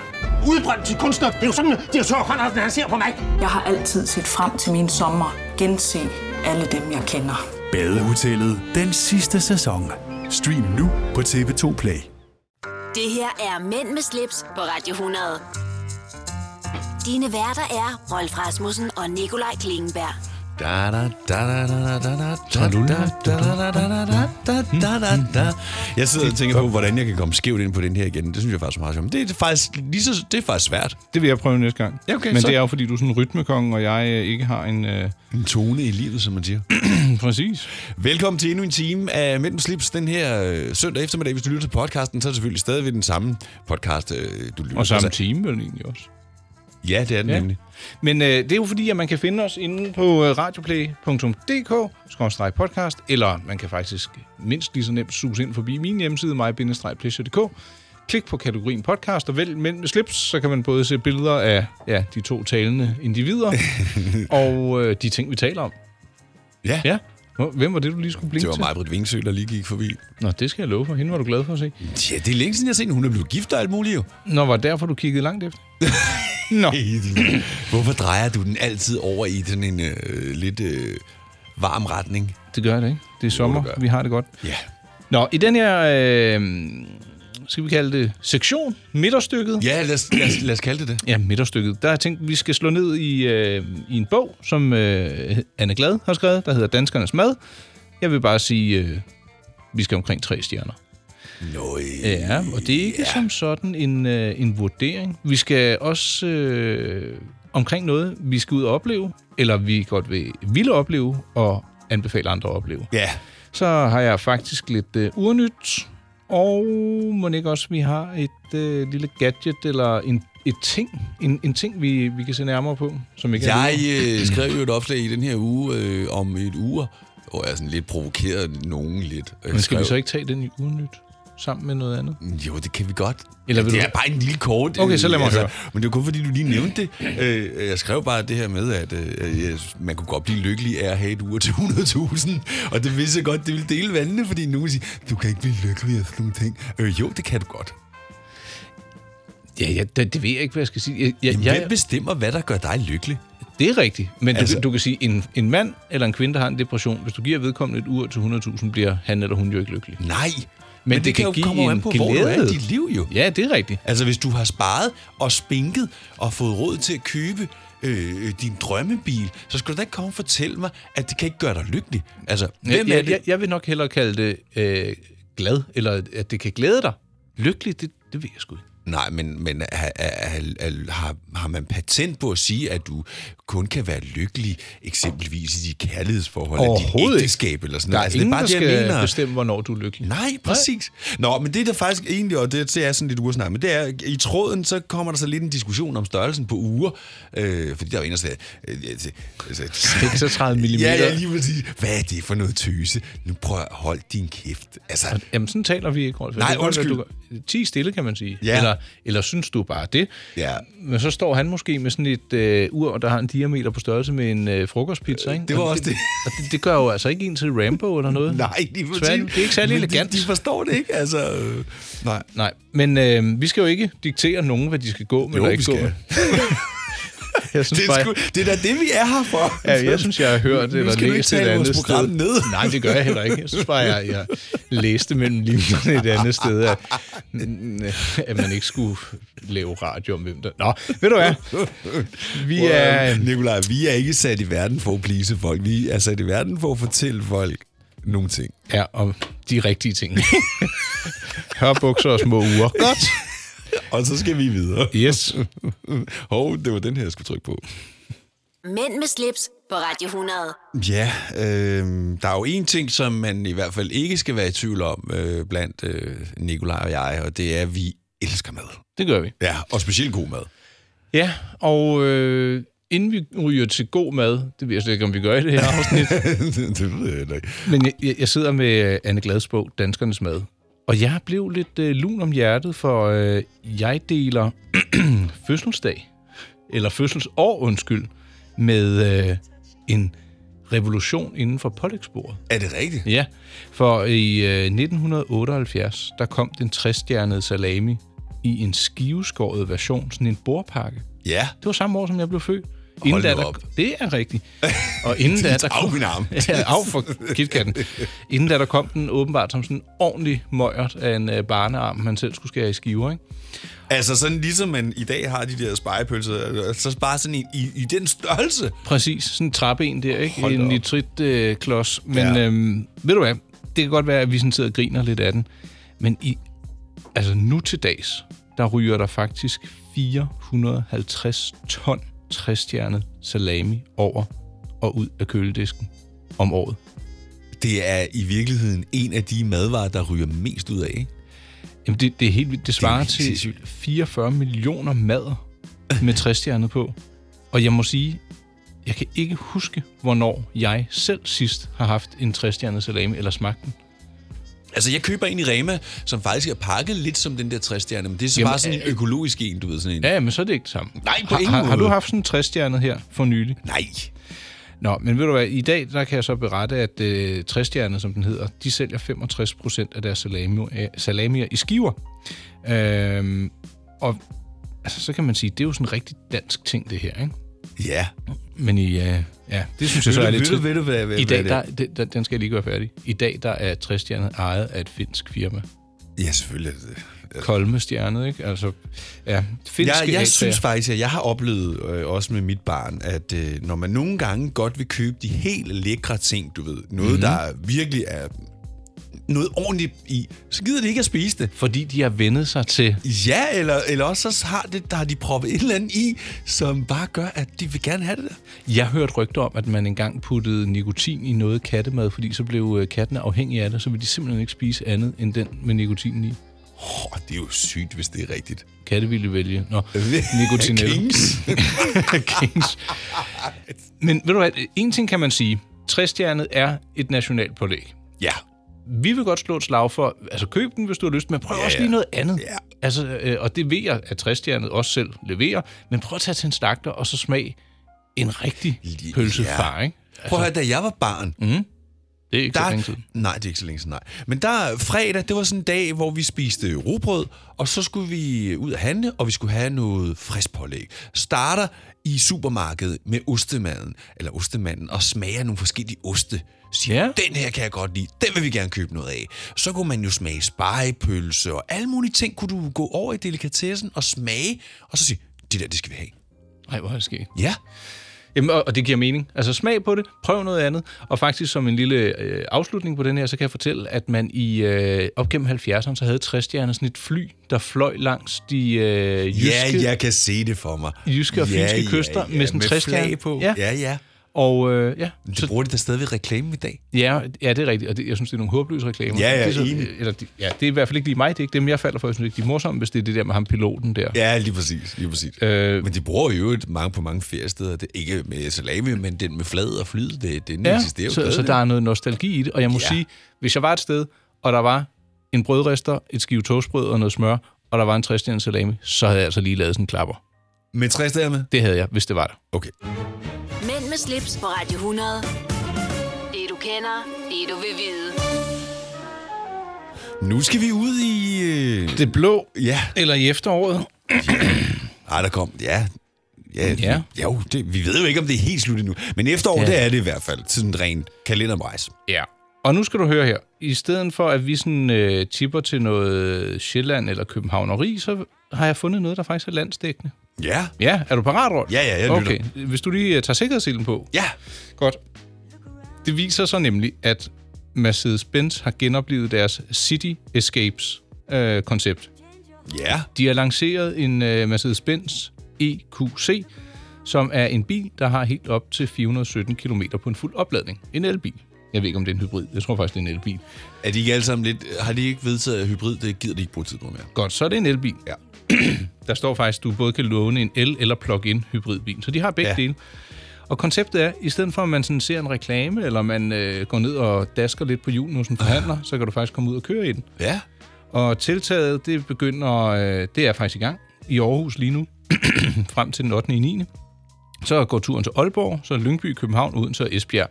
K: Udbrøndt til kunstner. Det er jo sådan, at de har Conradsen, han ser på mig.
J: Jeg har altid set frem til min sommer. Gense alle dem, jeg kender.
H: Badehotellet. Den sidste sæson. Stream nu på TV2 Play.
A: Det her er Mænd med slips på Radio 100. Dine værter er Rolf Rasmussen og Nikolaj Klingenberg.
B: Da, da, da, da, da, da, da, da, da, da, da, da, da, da, da, da, da, da. Jeg sidder og tænker på, hvordan jeg kan komme skævt ind på den her igen. Det synes jeg faktisk er meget sjovt. Det er faktisk, lige så, det er faktisk svært.
C: Det vil jeg prøve næste gang.
B: Ja, okay,
C: Men
B: så-
C: det er jo, fordi du er sådan en rytmekonge, og jeg øh, ikke har en... Øh,
B: En tone i livet, som man siger.
C: [CLEARS THROAT] præcis.
B: Velkommen til endnu en time af Mellem Slips den her øh, søndag eftermiddag. Hvis du lytter til podcasten, så er det selvfølgelig stadigvæk den samme podcast, øh, du lytter
C: Og samme
B: til.
C: time vel egentlig også.
B: Ja, det er den
C: Ja.
B: ja. nemlig.
C: Men øh, det er jo fordi, at man kan finde os inde på øh, radioplay.dk-podcast, eller man kan faktisk mindst lige så nemt suse ind forbi min hjemmeside, mig-pleasure.dk. Klik på kategorien podcast og vælg mænd med slips, så kan man både se billeder af ja, de to talende
B: [LAUGHS]
C: individer og øh, de ting, vi taler om.
B: Ja.
C: ja. Hvor- Hvem var det, du lige skulle blinke
B: Det var mig, Britt Vingsø, der lige gik forbi.
C: til? Nå, det skal jeg love for. Hende var du glad for at se.
B: Ja, det er længe siden, jeg har set, hende. hun er blevet gift og alt muligt jo.
C: Nå, var det derfor, du kiggede langt
B: [LAUGHS]
C: efter? Nå.
B: Hvorfor drejer du den altid over i sådan en øh, lidt øh, varm retning?
C: Det gør det ikke. Det er sommer.
B: gør.
C: Vi har det godt.
B: Ja.
C: Nå, i den her øh, skal vi kalde det sektion, midterstykket.
B: Ja, lad os, lad os, lad os kalde det det.
C: Ja, midterstykket. Der har jeg tænkt, at vi skal slå ned i, øh, i en bog, som øh, Anne Glad har skrevet, der hedder Danskernes Mad. Jeg vil bare sige, øh, vi skal omkring tre stjerner.
B: Nøj.
C: Ja, og det er ikke yeah. som sådan en, øh, en vurdering. Vi skal også øh, omkring noget, vi skal ud og opleve, eller vi godt vil, ville opleve, og anbefale andre at opleve.
B: Ja.
C: Så har jeg faktisk lidt øh, urnyt, og må ikke også, vi har et øh, lille gadget, eller en, et ting, en, en ting vi, vi kan se nærmere på, som ikke er
B: Jeg
C: lige-
B: øh, skrev jo et opslag i den her uge øh, om et ur, hvor jeg sådan lidt provokerede nogen lidt.
C: Men skal vi så ikke tage den i urnyt sammen med noget andet?
B: "Mm, Jo, det kan vi godt.
C: Eller
B: Eller
C: vil
B: det
C: du-
B: er bare en lille kort... Altså,
C: Okay, så lad mig høre.
B: Men det er kun fordi, du lige nævnte det. Øh, jeg skrev bare det her med, at øh, jeg- man kunne godt blive lykkelig af at have et ur til 100.000. Og det vidste jeg godt, det ville dele vandene, fordi nogen siger, du kan ikke blive lykkelig af sådan nogle ting. Øh, jo, det kan du godt.
C: Ja, ja det, det ved jeg ikke, hvad jeg skal sige. Jeg, jeg,
B: Jamen,
C: jeg,
B: hvem bestemmer, hvad der gør dig lykkelig?
C: Det er rigtigt. Men altså,
B: Altså-
C: du, du kan sige, en, en mand eller en kvinde, der har en depression, hvis du giver vedkommende et ur til 100.000, bliver han eller hun jo ikke lykkelig. Men,
B: Nej.
C: Men det, det kan,
B: jo
C: kan give
B: komme
C: en
B: an
C: på,
B: på, hvor du er i
C: glæde.
B: dit liv jo.
C: Ja, det er rigtigt.
B: Altså, hvis du har sparet og spinket og fået råd til at købe øh, din drømmebil, så skal du da ikke komme og fortælle mig, at det kan ikke gøre dig lykkelig. Altså, hvem
C: jeg,
B: er det?
C: Jeg, jeg vil nok hellere kalde det øh, glad, eller at det kan glæde dig. Lykkelig, det, det ved jeg sgu ikke.
B: Nej, men, men ha- ha- ha- ha- har, har man patent på at sige, at du kun kan være lykkelig eksempelvis i dit kærlighedsforhold, eller dit
C: Overhovedet
B: ægteskab eller sådan
C: Der er
B: noget?
C: altså, ingen, det er bare, der
B: det, jeg
C: skal
B: mener.
C: bestemme, hvornår du er lykkelig.
B: Nej, præcis. Nå, men det der faktisk egentlig, og det, det er sådan lidt uresnak, men det er, i tråden, så kommer der så lidt en diskussion om størrelsen på uger, øh, fordi der er jo en, der siger, øh, ja, det- altså,
C: 36 mm.
B: ja, ja, lige præcis. Hvad er det for noget tøse? Nu prøv at holde din kæft. Altså,
C: Jamen, sådan taler vi ikke, Rolf.
B: Nej,
C: Det kan godt være,
B: undskyld.
C: Du, 10 stille, kan man sige.
B: Ja.
C: Eller, eller synes du bare det?
B: ja.
C: Men så står han måske med sådan et øh, ur, der har en diameter på størrelse med en øh, frokostpizza, ikke?
B: det var
C: Og
B: også det.
C: Og det, det gør jo altså ikke en til Rambo eller noget.
B: [LAUGHS] Nej, lige præcis.
C: Tværtimod, det er ikke særlig
B: Men
C: elegant.
B: De, de forstår det ikke, altså. Øh, nej.
C: Nej, men øh, vi skal jo ikke diktere nogen, hvad de skal gå med
B: Jo,
C: eller
B: vi
C: ikke gå
B: skal. [LAUGHS]
C: med. Jeg synes,
B: Det er,
C: bare,
B: sgu, det er da det, vi er her for.
C: Ja, jeg synes, jeg har hørt
B: Nu
C: det, eller
B: skal du ikke
C: læst det et
B: tale vores
C: andet
B: program
C: sted.
B: ned.
C: [LAUGHS] Nej, det gør jeg heller ikke. Jeg synes bare, jeg, jeg læste mellem linjerne et andet sted, at, at man ikke skulle lave radio om hvem der... Nå, ved du hvad? Vi
B: Prøv at høre,
C: er...
B: Nikolaj, vi er ikke sat i verden for at please folk. Vi er sat i verden for at fortælle folk nogle ting.
C: Ja, om de rigtige ting. Hørbukser og små uger. Godt.
B: Og så skal vi videre.
C: Yes.
B: Hov, det var den her, jeg skulle trykke på.
A: Mænd med slips på Radio 100.
B: Ja, øh, der er jo en ting, som man i hvert fald ikke skal være i tvivl om øh, blandt øh, Nikolaj og jeg, og det er, at vi elsker mad.
C: Det gør vi.
B: Ja, og specielt god mad.
C: Ja, og øh, inden vi ryger til god mad, det ved jeg slet ikke, om vi gør i det her afsnit,
B: [LAUGHS] det ved jeg heller ikke.
C: men jeg- jeg, jeg sidder med øh, Anne Glads bog, Danskernes Mad. Og jeg blev lidt øh, lun om hjertet, for øh, jeg deler [CLEARS THROAT] fødselsdag, eller fødselsår, undskyld, med øh, en revolution inden for pålægsbordet.
B: Er det rigtigt?
C: Ja, for i øh, 1978, der kom den 60-stjernede salami i en skiveskåret version, sådan en bordpakke.
B: Ja.
C: Det var samme år, som jeg blev født.
B: Hold
C: da
B: nu
C: der,
B: op.
C: Det er rigtigt. Og
B: [LAUGHS]
C: inden da, der
B: Af min arm.
C: [LAUGHS] Ja, af for kitkatten. Inden da der kom den åbenbart som sådan en ordentlig møjert af en øh, barnearm, man selv skulle skære i skiver, ikke?
B: Altså sådan ligesom man i dag har de der spejepølser, øh, så bare sådan en, i, i den størrelse.
C: Præcis, sådan en trappen der, ikke?
B: Hold da
C: en
B: op.
C: nitritklods. Øh, klods. Men
B: Ja.
C: ja. øhm, ved du hvad, det kan godt være, at vi sådan sidder og griner lidt af den. Men i, altså nu til dags, der ryger der faktisk 450 ton 60 salami over og ud af køledisken om året.
B: Det er i virkeligheden en af de madvarer, der ryger mest ud af, ikke?
C: Jamen det, det er helt vildt. Det
B: er jo
C: svarer
B: helt
C: det til
B: sindssygt.
C: 44 millioner mader med 60 på. Og jeg må sige, jeg kan ikke huske, hvornår jeg selv sidst har haft en 60 salami eller smagt den.
B: Altså, jeg køber en i Rema, som faktisk er pakket lidt som den der træstjerne, men det er så
C: Jamen,
B: bare sådan en
C: øh,
B: økologisk en, du ved, sådan en.
C: Ja, ja, men så er det ikke det samme.
B: Nej, på
C: har,
B: ingen
C: har, har
B: måde.
C: du haft sådan en 60 her for nylig?
B: Nej.
C: Nå, men ved du hvad, i dag der kan jeg så berette, at øh, 60 som den hedder, de sælger 65 procent af deres salami, øh, salamier i skiver. Øhm, og altså, så kan man sige, det er jo sådan en rigtig dansk ting, det her, ikke?
B: Ja.
C: Men i, øh, ja, det synes jeg så er lidt trist.
B: ved du, hvad, hvad,
C: I dag,
B: hvad
C: der, det- der, den skal jeg lige gøre færdig. I dag, der er Tristian ejet af et finsk firma.
B: Ja, selvfølgelig. er det-
C: Kolmestjernet, ikke? Altså, ja, finske
B: Jeg, jeg synes
C: faktisk...
B: faktisk, at jeg har oplevet, øh, også med mit barn, at øh, når man nogle gange godt vil købe de helt lækre ting, du ved, noget,
C: Mhm.
B: mm. der virkelig er noget ordentligt i, så gider de ikke at spise det.
C: Fordi de har vendet sig til...
B: Ja, eller, eller også så har, det, der har de proppet et eller andet i, som bare gør, at de vil gerne have det der.
C: Jeg hørte rygter om, at man engang puttede nikotin i noget kattemad, fordi så blev øh, kattene afhængige af det, så ville de simpelthen ikke spise andet end den med nikotinen i.
B: Oh, det er jo sygt, hvis det er rigtigt.
C: Katte ville vælge.
B: [LAUGHS]
C: Nå, nikotinelle.
B: Kings.
C: Kings. Men ved du hvad, en ting kan man sige. Træstjernet er et nationalt pålæg.
B: Ja.
C: Vi vil godt slå et slag for, altså køb den, hvis du har lyst, men prøv ja, også lige noget andet. Ja. Altså, øh, og det ved jeg, at træstjernet også selv leverer, men prøv at tage til en slagter, og så smag en rigtig pølsefar, ikke? Altså,
B: Prøv at høre, da jeg var barn...
C: Mm. Det er ikke
B: der,
C: så længe siden.
B: Nej, det er ikke så længe siden, nej. Men der fredag, det var sådan en dag, hvor vi spiste robrød, og så skulle vi ud at handle, og vi skulle have noget frisk pålæg. Starter i supermarkedet med ostemaden, eller ostemanden, og smager nogle forskellige oste. Siger, ja. den her kan jeg godt lide, den vil vi gerne købe noget af. Så kunne man jo smage spejepølse og alle mulige ting, kunne du gå over i delikatessen og smage, og så sige, det der, det skal vi have.
C: Nej, hvor er det sket?
B: Ja.
C: Jamen, og, og det giver mening. Altså smag på det, prøv noget andet. Og faktisk som en lille øh, afslutning på den her, så kan jeg fortælle, at man i øh, op gennem 70'erne, så havde 60 sådan et fly, der fløj langs de øh, jyske,
B: Ja, jeg kan se det for mig.
C: jyske og
B: Ja,
C: finske
B: ja,
C: kyster
B: ja,
C: med sådan
B: med
C: 60
B: flag på. Ja, ja.
C: Og øh, ja,
B: Men Det bruger de da stadigvæk reklame i dag.
C: Ja, ja, det er rigtigt, og det, jeg synes, det er nogle håbløse reklamer.
B: Ja, ja,
C: det er
B: enig.
C: eller, de- ja, det er i hvert fald ikke lige mig, det er ikke dem, jeg falder for. Jeg synes ikke, de er morsomme, hvis det er det der med ham piloten der.
B: Ja, lige præcis. Lige præcis.
C: Øh,
B: men de bruger jo et mange på mange feriesteder. Det, ikke med salami, men den med flad og flyd, det, den ja, eksisterer jo
C: så,
B: stadig.
C: så der er noget nostalgi i det, og jeg må
B: Ja.
C: ja. sige, hvis jeg var et sted, og der var en brødrester, et skive toastbrød og noget smør, og der var en træstjerne salami, så havde jeg altså lige lavet sådan en klapper.
B: Med træstjerne med?
C: Det havde jeg, hvis det var der.
B: Okay.
A: Mænd med slips på Radio 100. Det du kender, det du vil vide.
B: Nu skal vi ud i... Øh...
C: Det blå,
B: ja.
C: eller i efteråret.
B: Nej, der kom... Ja, ja,
C: Ja.
B: ja. Jo, det, vi ved jo ikke, om det er helt slut endnu. Men efterår,
C: Ja.
B: ja. det er det i hvert fald. Sådan rent kalendermejs.
C: Ja. Og nu skal du høre her. I stedet for, at vi sådan øh, tipper til noget Sjælland eller Københavneri, så har jeg fundet noget, der faktisk er landsdækkende.
B: Ja.
C: Ja, er du parat, Rolf?
B: Ja, ja, jeg lytter.
C: Okay, hvis du lige øh, tager sikkerhedsselen på.
B: Ja.
C: Godt. Det viser så nemlig, at Mercedes-Benz har genoplevet deres City Escapes-koncept. Øh, koncept.
B: Ja.
C: De har lanceret en øh, Mercedes-Benz EQC, som er en bil, der har helt op til 417 km på en fuld opladning. En elbil. Jeg ved ikke, om det er en hybrid. Jeg tror faktisk, det er en elbil.
B: Er de ikke alle sammen lidt... Har de ikke vedtaget at hybrid? Det gider de ikke bruge tid på mere.
C: Godt, så er det en elbil. Ja. [CLEARS THROAT] der står faktisk, at du både kan låne en el- eller plug-in hybridbil. Så de har begge ja.
B: Ja.
C: dele. Og konceptet er, i stedet for at man sådan ser en reklame, eller man øh, går ned og dasker lidt på julen hos en forhandler, så kan du faktisk komme ud og køre i den.
B: Ja.
C: Og tiltaget, det begynder, øh, det er faktisk i gang i Aarhus lige nu, [CLEARS THROAT] frem til den 8. i 9. Så går turen til Aalborg, så Lyngby, København, Odense og Esbjerg.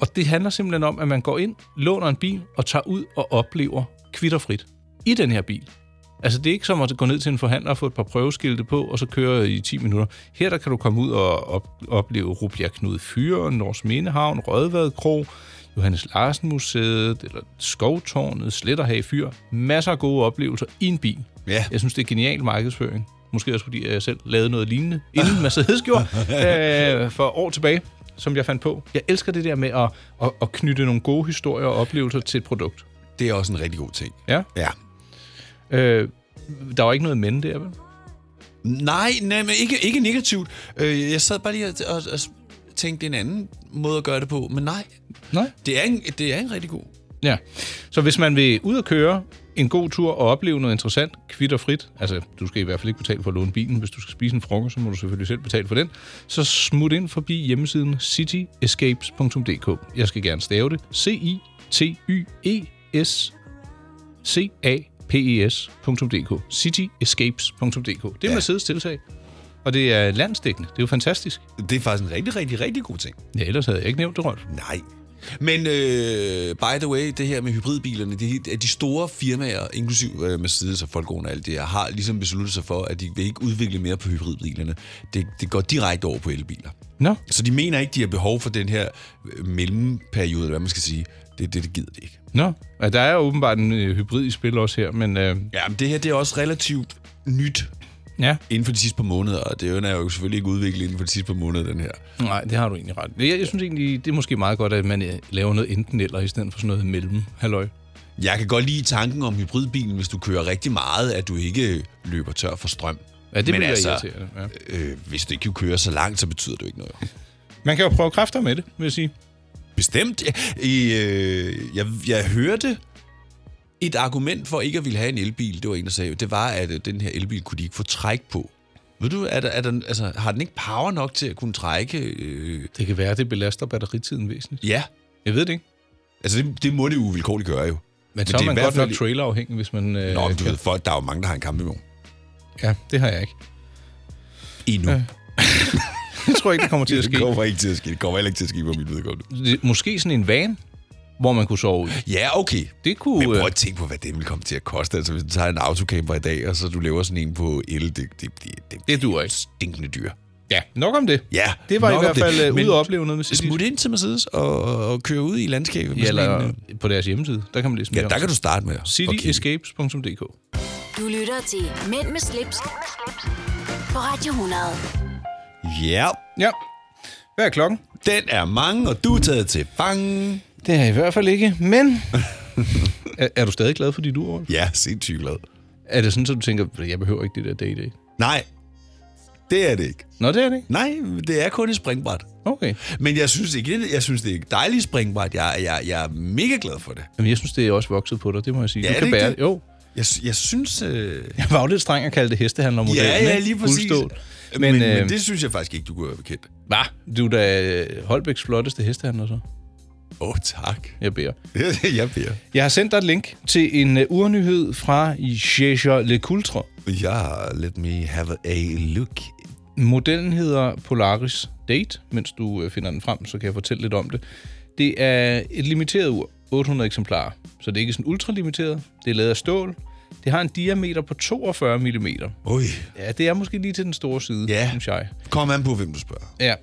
C: Og det handler simpelthen om, at man går ind, låner en bil og tager ud og oplever kvitterfrit i den her bil. Altså, det er ikke som at gå ned til en forhandler og få et par prøveskilte på, og så køre i 10 minutter. Her der kan du komme ud og op- opleve Rubjerg Knud Fyre, Nors Mindehavn, Rødvad Kro, Johannes Larsen Museet, eller Skovtårnet, Sletterhage Fyr. Masser af gode oplevelser i en bil.
B: Ja.
C: Jeg synes, det er genial markedsføring. Måske også fordi jeg selv lavede noget lignende, inden Mercedes gjorde, øh, for år tilbage, som jeg fandt på. Jeg elsker det der med at, at, at knytte nogle gode historier og oplevelser til et produkt.
B: Det er også en rigtig god ting.
C: Ja.
B: Ja.
C: Øh, der var ikke noget men der, vel?
B: Nej, nej men ikke, ikke negativt. Øh, jeg sad bare lige og, og, og tænkte en anden måde at gøre det på, men nej.
C: Nej.
B: Det er en, det er en rigtig god.
C: Ja. Så hvis man vil ud og køre en god tur og opleve noget interessant, kvitt og frit, altså du skal i hvert fald ikke betale for at låne bilen, hvis du skal spise en frokost, så må du selvfølgelig selv betale for den, så smut ind forbi hjemmesiden cityescapes.dk. Jeg skal gerne stave det. E C-I-T-Y-E-S E C-A-P-E-S.dk cityescapes.dk Det er ja. Mercedes tilsag, og det er landsdækkende. Det er jo fantastisk.
B: Det er faktisk en rigtig, rigtig, rigtig god ting.
C: Ja, ellers havde jeg ikke nævnt det, Rolf.
B: Nej. Men øh, by the way, det her med hybridbilerne, de, de store firmaer, inklusiv øh, Mercedes og Volkswagen og alt det her, har ligesom besluttet sig for, at de vil ikke udvikle mere på hybridbilerne. Det, det går direkte over på elbiler.
C: Nå.
B: Så de mener ikke, de har behov for den her øh, mellemperiode, eller hvad man skal sige. Det, det, det gider de ikke.
C: Nå, ja, der er åbenbart en øh, hybrid i spil også her, men... Øh,
B: Ja, men det her det er også relativt nyt
C: ja.
B: inden for de sidste par måneder, og det er jo selvfølgelig ikke udviklet inden for de sidste par måneder, den her.
C: Nej, det har du egentlig ret. Jeg, jeg synes egentlig, det er måske meget godt, at man øh, laver noget enten eller, i stedet for sådan noget mellem. Halløj.
B: Jeg kan godt lide tanken om hybridbilen, hvis du kører rigtig meget, at du ikke løber tør for strøm.
C: Ja, det
B: Men
C: bliver
B: altså,
C: irriterende, ja.
B: øh, hvis du ikke kan køre så langt, så betyder det jo ikke noget.
C: Man kan jo prøve kræfter med det, vil jeg sige.
B: Bestemt. I, øh, jeg, jeg hørte et argument for ikke at ville have en elbil, det var en, der sagde, det var, at øh, den her elbil kunne de ikke få træk på. Ved du, er der, er der, altså, har den ikke power nok til at kunne trække? Øh...
C: Det kan være, at det belaster batteritiden væsentligt.
B: Ja.
C: Jeg ved det ikke.
B: Altså, det, det må det uvilkårligt gøre jo.
C: Men så
B: det
C: er
B: i
C: man
B: hvert
C: godt nok
B: fald-
C: trailerafhængig, hvis man... Øh,
B: Nå, men du
C: kan-
B: ved, folk, der er jo mange, der har en campingvogn.
C: Ja, det har jeg ikke.
B: Endnu.
C: Ja. jeg tror ikke, det [LAUGHS] kommer til at ske.
B: Det kommer ikke til at ske. Det kommer heller ikke til at ske på mit vedkommende.
C: Det- Måske sådan en van, hvor man kunne sove i.
B: Ja, okay.
C: Det kunne...
B: Men prøv at tænke på, hvad det vil komme til at koste. Altså, hvis du tager en autocamper i dag, og så du laver sådan en på el, det, det, det, det,
C: det duer ikke.
B: Stinkende dyr.
C: øh, Ja, nok om det.
B: Ja,
C: Det var i
B: nok om
C: hvert fald øh,
B: Men
C: ude at opleve noget med sit
B: Smut ind til Mercedes og, og, og køre ud i landskabet. med
C: Ja,
B: sådan
C: eller
B: en,
C: på deres hjemmeside. Der kan man læse
B: øh,
C: mere
B: ja,
C: om
B: der
C: det.
B: kan du starte med. at- at kigge.
C: cityescapes.dk
A: Du lytter til Mænd med slips, på Radio 100.
B: Ja.
C: Ja. Hvad er klokken?
B: Den er mange, og du er taget til fange.
C: Det er jeg i hvert fald ikke, men... [LAUGHS] er, er, du stadig glad for dit ur? Rolf?
B: Ja, sindssygt glad.
C: Er det sådan, at du tænker, jeg behøver ikke det der day-day?
B: Nej, det er det ikke.
C: Nå, det er det ikke.
B: Nej, det er kun et springbræt.
C: Okay.
B: Men jeg synes ikke, jeg synes, det er et dejligt springbræt. Jeg, jeg, jeg er mega glad for det.
C: Jamen, jeg synes, det er også vokset på dig, det må jeg sige.
B: Ja,
C: du
B: er
C: kan
B: det ikke
C: bære
B: det?
C: Jo.
B: Jeg, sy- jeg synes... Øh...
C: Jeg var jo lidt streng at kalde det hestehandlermodellen,
B: Ja, ja,
C: ikke?
B: lige præcis.
C: Guldstål.
B: Men, men, øh...
C: øh,
B: men det synes jeg faktisk ikke, du kunne være bekendt.
C: Hva? Du er da øh, Holbæks flotteste hestehandler, så.
B: Åh, oh, tak.
C: Jeg beder.
B: jeg beder.
C: Jeg har sendt dig et link til en øh, urnyhed fra Jeger Le Coultre.
B: Ja, let me have a look.
C: Modellen hedder Polaris Date. Mens du øh, finder den frem, så kan jeg fortælle lidt om det. Det er et limiteret ur, 800 eksemplarer. Så det er ikke sådan ultralimiteret. Det er lavet af stål. Det har en diameter på 42 mm.
B: Oj.
C: Ja, det er måske lige til den store side,
B: Ja.
C: synes jeg.
B: Kom an på, hvem du spørger.
C: Ja,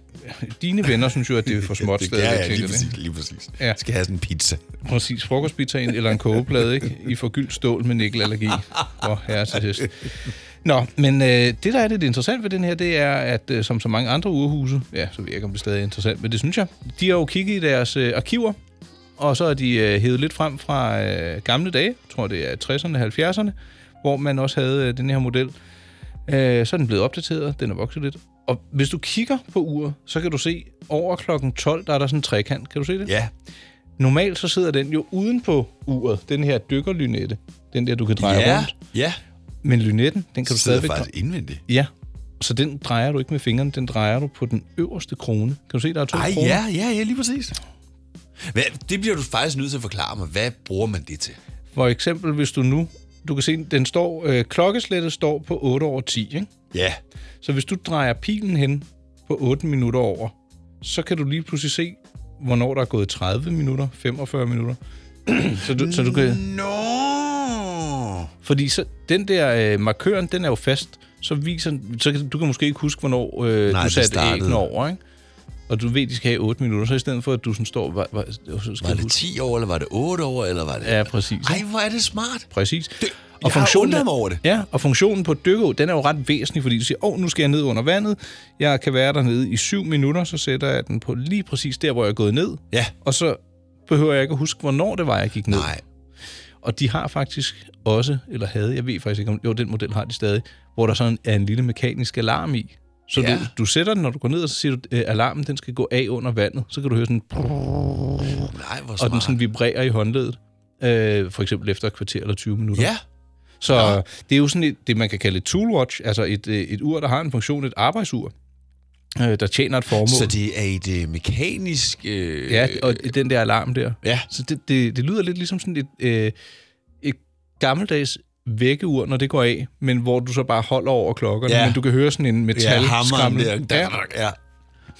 C: dine venner synes jo, at det er for
B: [LAUGHS]
C: småt
B: det,
C: stadigvæk,
B: ja, ja,
C: tænker
B: lige
C: de.
B: præcis. Lige præcis.
C: Ja.
B: Ja. Skal have sådan en pizza.
C: Præcis, frokostpizzaen eller en kogeplade, ikke? I får gyldt stål med nikkelallergi. Åh, oh, herre til hest. Nå, men øh, det, der er lidt interessant ved den her, det er, at øh, som så mange andre urhuse, ja, så ved jeg ikke, om det stadig er interessant, men det synes jeg, de har jo kigget i deres øh, arkiver, og så har de øh, hævet lidt frem fra øh, gamle dage, jeg tror det er 60'erne, 70'erne, hvor man også havde øh, den her model. Øh, så er den blevet opdateret, den er vokset lidt. Og hvis du kigger på uret, så kan du se, over klokken 12, der er der sådan en trekant. Kan du se det?
B: Ja.
C: Normalt så sidder den jo uden på uret, den her dykkerlynette, den der, du kan dreje
B: ja.
C: rundt.
B: Ja.
C: Men lynetten, den kan du
B: sidder
C: stadigvæk...
B: faktisk indvendigt.
C: Ja, så den drejer du ikke med fingrene, den drejer du på den øverste krone. Kan du se, der er to
B: Ej,
C: kroner?
B: ja, ja, ja, lige præcis. Hvad, det bliver du faktisk nødt til at forklare mig. Hvad bruger man det til?
C: For eksempel, hvis du nu... Du kan se, den står, øh, klokkeslættet står på 8 over 10, ikke?
B: Ja.
C: Så hvis du drejer pilen hen på 8 minutter over, så kan du lige pludselig se, hvornår der er gået 30 minutter, 45 minutter. [CLEARS THROAT] så, du, så du kan...
B: Nå!
C: Fordi så, den der øh, markøren, den er jo fast, så viser den- så kan, du kan måske ikke huske, hvornår øh,
B: Nej,
C: du
B: det
C: satte
B: startede.
C: æggene over, ikke? Og du ved, de skal have 8 minutter, så i stedet for, at du sådan står... Var, var, så skal
B: Var
C: du-
B: det 10 år, eller var det 8 år, eller var det...
C: Ja, præcis.
B: Ej, hvor er det smart.
C: Præcis. Det,
B: jeg har undret mig over det.
C: Ja, og funktionen på dykkeå, den er jo ret væsentlig, fordi du siger, åh, nu skal jeg ned under vandet, jeg kan være dernede i syv minutter, så sætter jeg den på lige præcis der, hvor jeg er gået ned,
B: Ja.
C: og så behøver jeg ikke at huske, hvornår det var, jeg gik ned.
B: Nej.
C: Og de har faktisk også, eller havde, jeg ved faktisk ikke om, jo, den model har de stadig, hvor der sådan er en lille mekanisk alarm i. Så ja.
B: Ja.
C: du, du sætter den, når du går ned, og så siger du, øh, alarmen den skal gå af under vandet. Så kan du høre sådan,
B: Nej, hvor
C: og
B: smart.
C: den sådan vibrerer i håndledet. Øh, for eksempel efter et kvarter eller 20 minutter.
B: Ja.
C: Så det er jo sådan et, det, man kan kalde et toolwatch, altså et, øh, et ur, der har en funktion, et arbejdsur, øh, der tjener et formål.
B: Så det er et øh, mekanisk... Øh,
C: Ja, og den der alarm der.
B: Ja.
C: Så det, det, det lyder lidt ligesom sådan et, øh, et gammeldags vækkeur, når det går af, men hvor du så bare holder over klokkerne, ja.
B: Ja.
C: men du kan høre sådan en metal
B: ja, hammeren
C: skramle.
B: der.
C: Ja.
B: Ja.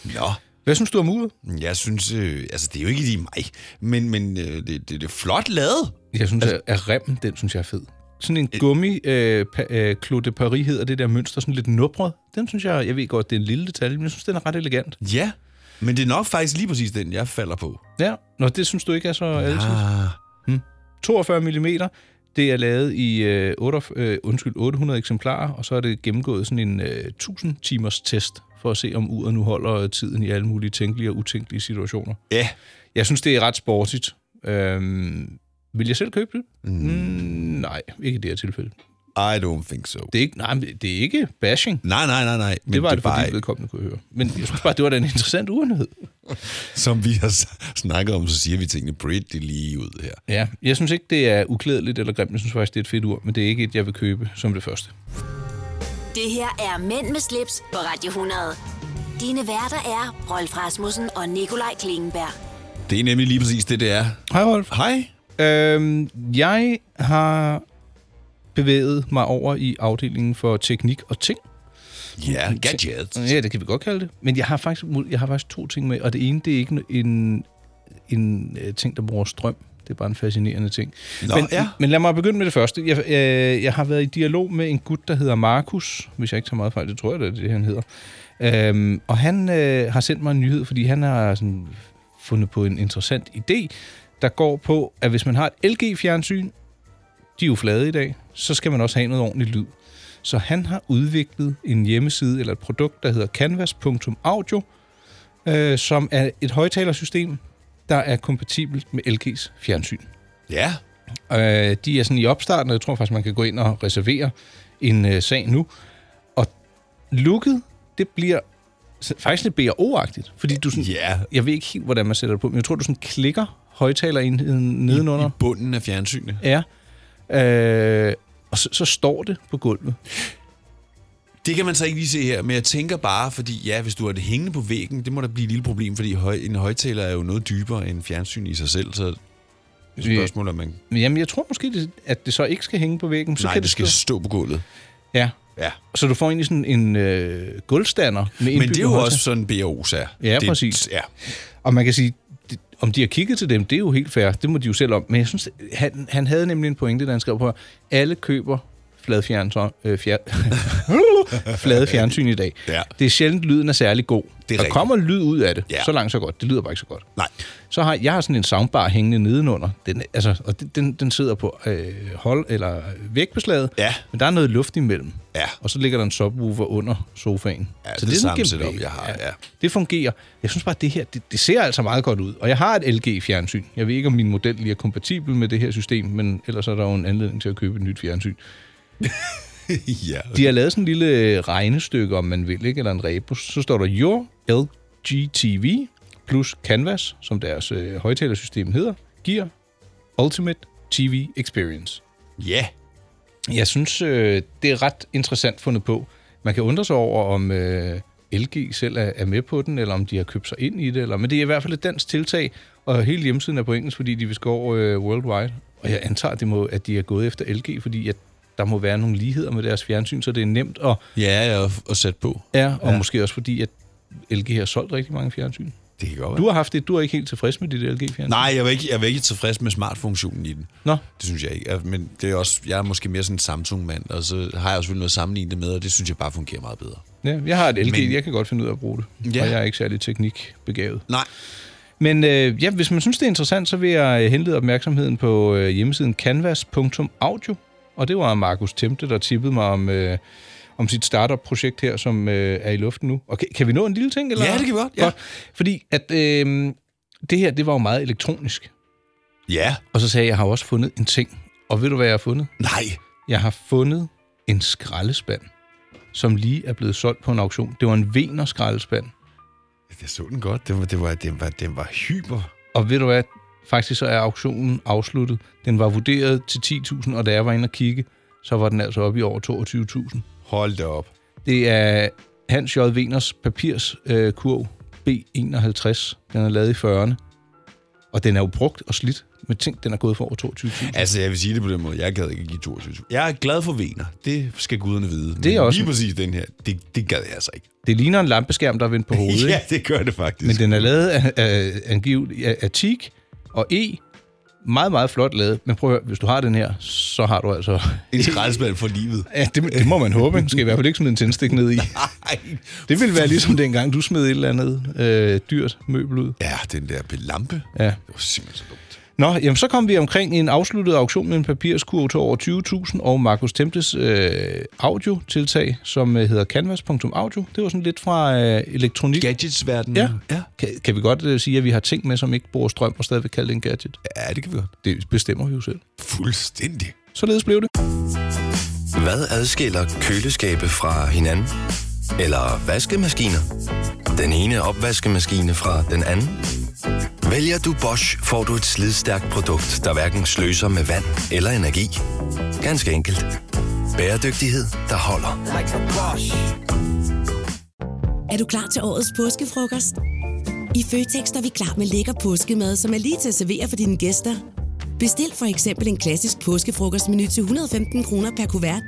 B: ja. Nå.
C: Hvad synes du om uret?
B: Jeg synes, øh, altså det er jo ikke lige mig, men, men øh, det, det, det er flot lavet.
C: Jeg synes, altså, at remmen, den synes jeg er fed. Sådan en gummi øh, pa, øh, Clos de Paris hedder det der mønster, sådan lidt nubret. Den synes jeg, jeg ved godt, det er en lille detalje, men jeg synes, den er ret elegant.
B: Ja, men det er nok faktisk lige præcis den, jeg falder på. Ah.
C: Ja, nå, det synes du ikke er så altid. Hmm. 42 mm. Det er lavet i øh, 8, øh, undskyld, 800 eksemplarer, og så er det gennemgået sådan en øh, 1000 timers test for at se, om uret nu holder tiden i alle mulige tænkelige og utænkelige situationer.
B: Ja.
C: Jeg synes, det er ret sportigt. Øhm, vil jeg selv købe det? Mm. Mm, nej, ikke i det her tilfælde.
B: I don't think so.
C: Det er ikke, nej, men det er ikke bashing.
B: Nej, nej, nej, nej.
C: Men det var det, det fordi ikke... vedkommende kunne høre. Men jeg synes bare, det var da en interessant urenhed.
B: Som vi har s- snakket om, så siger vi tingene pretty lige ud her.
C: Ja, jeg synes ikke, det er uklædeligt eller grimt. Jeg synes faktisk, det er et fedt ur, men det er ikke et, jeg vil købe som det første.
A: Det her er Mænd med slips på Radio 100. Dine værter er Rolf Rasmussen og Nikolaj Klingenberg.
B: Det er nemlig lige præcis det, det er.
C: Hej, Rolf.
B: Hej.
C: Øhm, jeg har bevæget mig over i afdelingen for teknik og ting.
B: Ja, gadgets.
C: Ja, det kan vi godt kalde det. Men jeg har faktisk, jeg har faktisk to ting med, og det ene, det er ikke en, en øh, ting, der bruger strøm. Det er bare en fascinerende ting.
B: Nå,
C: men,
B: ja.
C: men lad mig begynde med det første. Jeg, øh, jeg har været i dialog med en gut, der hedder Markus, hvis jeg ikke tager meget fejl, det tror jeg, det er det, han hedder. Øhm, og han øh, har sendt mig en nyhed, fordi han har sådan, fundet på en interessant idé, der går på, at hvis man har et LG-fjernsyn, de er jo flade i dag, så skal man også have noget ordentligt lyd. Så han har udviklet en hjemmeside eller et produkt, der hedder canvas.audio, øh, som er et højtalersystem, der er kompatibelt med LG's fjernsyn.
B: Ja.
C: Øh, de er sådan i opstarten, og jeg tror faktisk, man kan gå ind og reservere en øh, sag nu. Og looket, det bliver s- faktisk lidt BRO-agtigt, fordi du sådan,
B: Ja.
C: jeg ved ikke helt, hvordan man sætter det på, men jeg tror, du sådan klikker højtalerenheden nedenunder.
B: I bunden af fjernsynet.
C: Ja. Øh, og så, så står det på gulvet.
B: Det kan man så ikke lige se her, men jeg tænker bare, fordi ja, hvis du har det hængende på væggen, det må da blive et lille problem, fordi høj, en højtaler er jo noget dybere end fjernsyn i sig selv, så et
C: Vi-
B: spørgsmål er, man...
C: Men jamen, jeg tror måske, det, at det så ikke skal hænge på væggen. Så
B: Nej,
C: kan
B: det skal
C: stå-
B: stå på gulvet.
C: Ja.
B: Ja.
C: Så du får egentlig sådan en øh, gulvstander med
B: Men det er jo
C: indbygget
B: også
C: højtaler.
B: sådan, BOS er.
C: Ja,
B: det,
C: præcis.
B: Ja.
C: Og man kan sige, det, om de har kigget til dem, det er jo helt fair. Det må de jo selv om. Men jeg synes, han, han havde nemlig en pointe, da han skrev på, at alle køber fladfjernsyn, øh, fjer, [LAUGHS] flade fjernsyn i dag.
B: Ja.
C: Det er sjældent, lyden er særlig god.
B: rigtigt.
C: Der kommer lyd ud af det.
B: Ja.
C: Så langt, så godt. Det lyder bare ikke så godt.
B: Nej.
C: Så har jeg har sådan en soundbar hængende nedenunder, den, altså, og den, den, den sidder på øh, hold eller vægbeslaget,
B: Ja.
C: men der er noget luft imellem.
B: Ja. [LAUGHS]
C: Og så ligger der en subwoofer under sofaen.
B: Ja, det er
C: sådan
B: samme
C: gennem
B: setup,
C: væg.
B: jeg har, ja.
C: Det fungerer. Jeg synes bare, at det her, det, det ser altså meget godt ud. Og jeg har et LG-fjernsyn. Jeg ved ikke, om min model lige er kompatibel med det her system, men ellers er der jo en anledning til at købe et nyt fjernsyn.
B: ja.
C: De har lavet sådan en lille øh, regnestykke, om man vil, ikke? eller en rebus. Så står der Your LG TV plus Canvas, som deres øh, højtalersystem hedder, giver Ultimate TV Experience.
B: Ja.
C: Jeg synes, øh, det er ret interessant fundet på. Man kan undre sig over, om øh, LG selv er, er med på den, eller om de har købt sig ind i det. Eller, men det er i hvert fald et dansk tiltag, og hele hjemmesiden er på engelsk, fordi de vil gå over øh, worldwide. Og jeg antager, det må, at de er gået efter LG, fordi at der må være nogle ligheder med deres fjernsyn, så det er nemt at
B: Ja, og, og sætte på.
C: Ja, og ja. måske også fordi, at LG har solgt rigtig mange fjernsyn.
B: Det kan godt være.
C: Du har haft det, du er ikke helt tilfreds med dit LG-fjernsyn.
B: Nej, jeg var, ikke, jeg var ikke tilfreds med smartfunktionen i den.
C: Nå.
B: Det synes jeg ikke. Altså, Men det er også, jeg er måske mere sådan en Samsung-mand, og så har jeg også noget at sammenligne det med, og det synes jeg bare fungerer meget bedre.
C: Ja, jeg har et LG,
B: Men-
C: Men... jeg kan godt finde ud af at bruge det.
B: Ja.
C: Ja. Og jeg er ikke særlig teknikbegavet.
B: Nej.
C: Men øh, ja, hvis man synes, det er interessant, så vil jeg øh, henlede opmærksomheden på øh, hjemmesiden canvas.audio. Og det var Markus Temte, der tippede mig om, øh, om sit startup-projekt her, som øh, er i luften nu. Og kan, kan vi nå en lille ting? Eller?
B: Ja, det kan vi godt, ja.
C: Fordi at, øh, det her, det var jo meget elektronisk.
B: Ja.
C: Og så sagde jeg, jeg har jo også fundet en ting. Og ved du, hvad jeg har fundet?
B: Nej.
C: Jeg har fundet en skraldespand, som lige er blevet solgt på en auktion. Det var en vener skraldespand.
B: Jeg så den godt. Den var, det var, den var, den var hyper.
C: Og ved du hvad? Faktisk så er auktionen afsluttet. Den var vurderet til 10.000, og da jeg var inde og kigge, så var den altså oppe i over 22.000.
B: Hold da op.
C: Det er Hans J. Veners papirskurv øh, kurv B51. Den er lavet i 40'erne. Og den er jo brugt og slidt, men tænk, den er gået for over 22.000.
B: Altså, jeg vil sige det på den måde. Jeg gad ikke give 22. Jeg er glad for vener. Det skal guderne vide.
C: Det er
B: Men
C: også-
B: Lige præcis den her, det, det gad jeg altså ikke.
C: Det ligner en lampeskærm, der er
B: [LAUGHS]
C: vendt på hovedet.
B: ja,
C: ikke?
B: det gør det faktisk.
C: Men den er lavet af, af, angiveligt af, af teak og e. Meget, meget flot lavet. Men prøv at høre, hvis du har den her, så har du altså...
B: En skraldespand for
C: [LAUGHS]
B: livet.
C: Ja, det, det må man håbe. ikke? Skal i hvert fald ikke smide en
B: [LAUGHS]
C: tændstik ned i. Det ville være ligesom dengang, du smed et eller andet øh, dyrt møbel ud.
B: Ja, den der lampe.
C: Ja.
B: Det var simpelthen så dumt.
C: Nå, jamen så kom vi omkring en afsluttet auktion med en papirskurv til over 20.000 og Markus Temples øh, audio-tiltag, som øh, hedder canvas.audio. Det var sådan lidt fra øh, elektronik.
B: Gadgets-verdenen.
C: Ja.
B: ja.
C: Kan, kan vi godt øh, sige, at vi har ting med, som ikke bruger strøm og stadigvæk kalde det en gadget?
B: Ja, det kan vi godt.
C: Det bestemmer vi jo selv.
B: Fuldstændig.
C: Således blev det.
M: Hvad adskiller køleskabe fra hinanden? Eller vaskemaskiner? Den ene opvaskemaskine fra den anden? Vælger du Bosch, får du et slidstærkt produkt, der hverken sløser med vand eller energi. Ganske enkelt. Bæredygtighed, der holder.
N: Like a Bosch.
O: Er du klar til årets påskefrokost? I Føtex er vi klar med lækker påskemad, som er lige til at servere for dine gæster. Bestil for eksempel en klassisk påskefrokostmenu til 115 kroner per kuvert.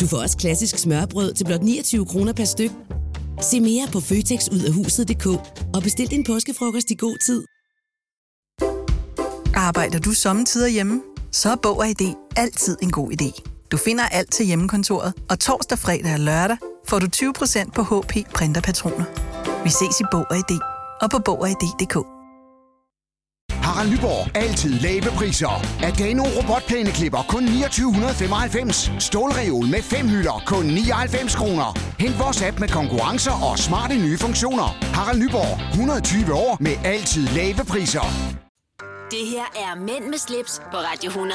O: Du får også klassisk smørbrød til blot 29 kroner per styk. Se mere på føtexudafhuset.dk og bestil din påskefrokost i god tid.
P: Arbejder du sommetider hjemme? Så er Bog og ID altid en god idé. Du finder alt til hjemmekontoret, og torsdag, fredag og lørdag får du 20% på HP printerpatroner. Vi ses i Bog og ID og på Bog og ID.dk.
Q: Harald Nyborg. Altid lave priser. Adano robotplæneklipper kun 2995. Stålreol med fem hylder kun 99 kroner. Hent vores app med konkurrencer og smarte nye funktioner. Harald Nyborg. 120 år med altid lave priser.
A: Det her er Mænd med slips på Radio 100.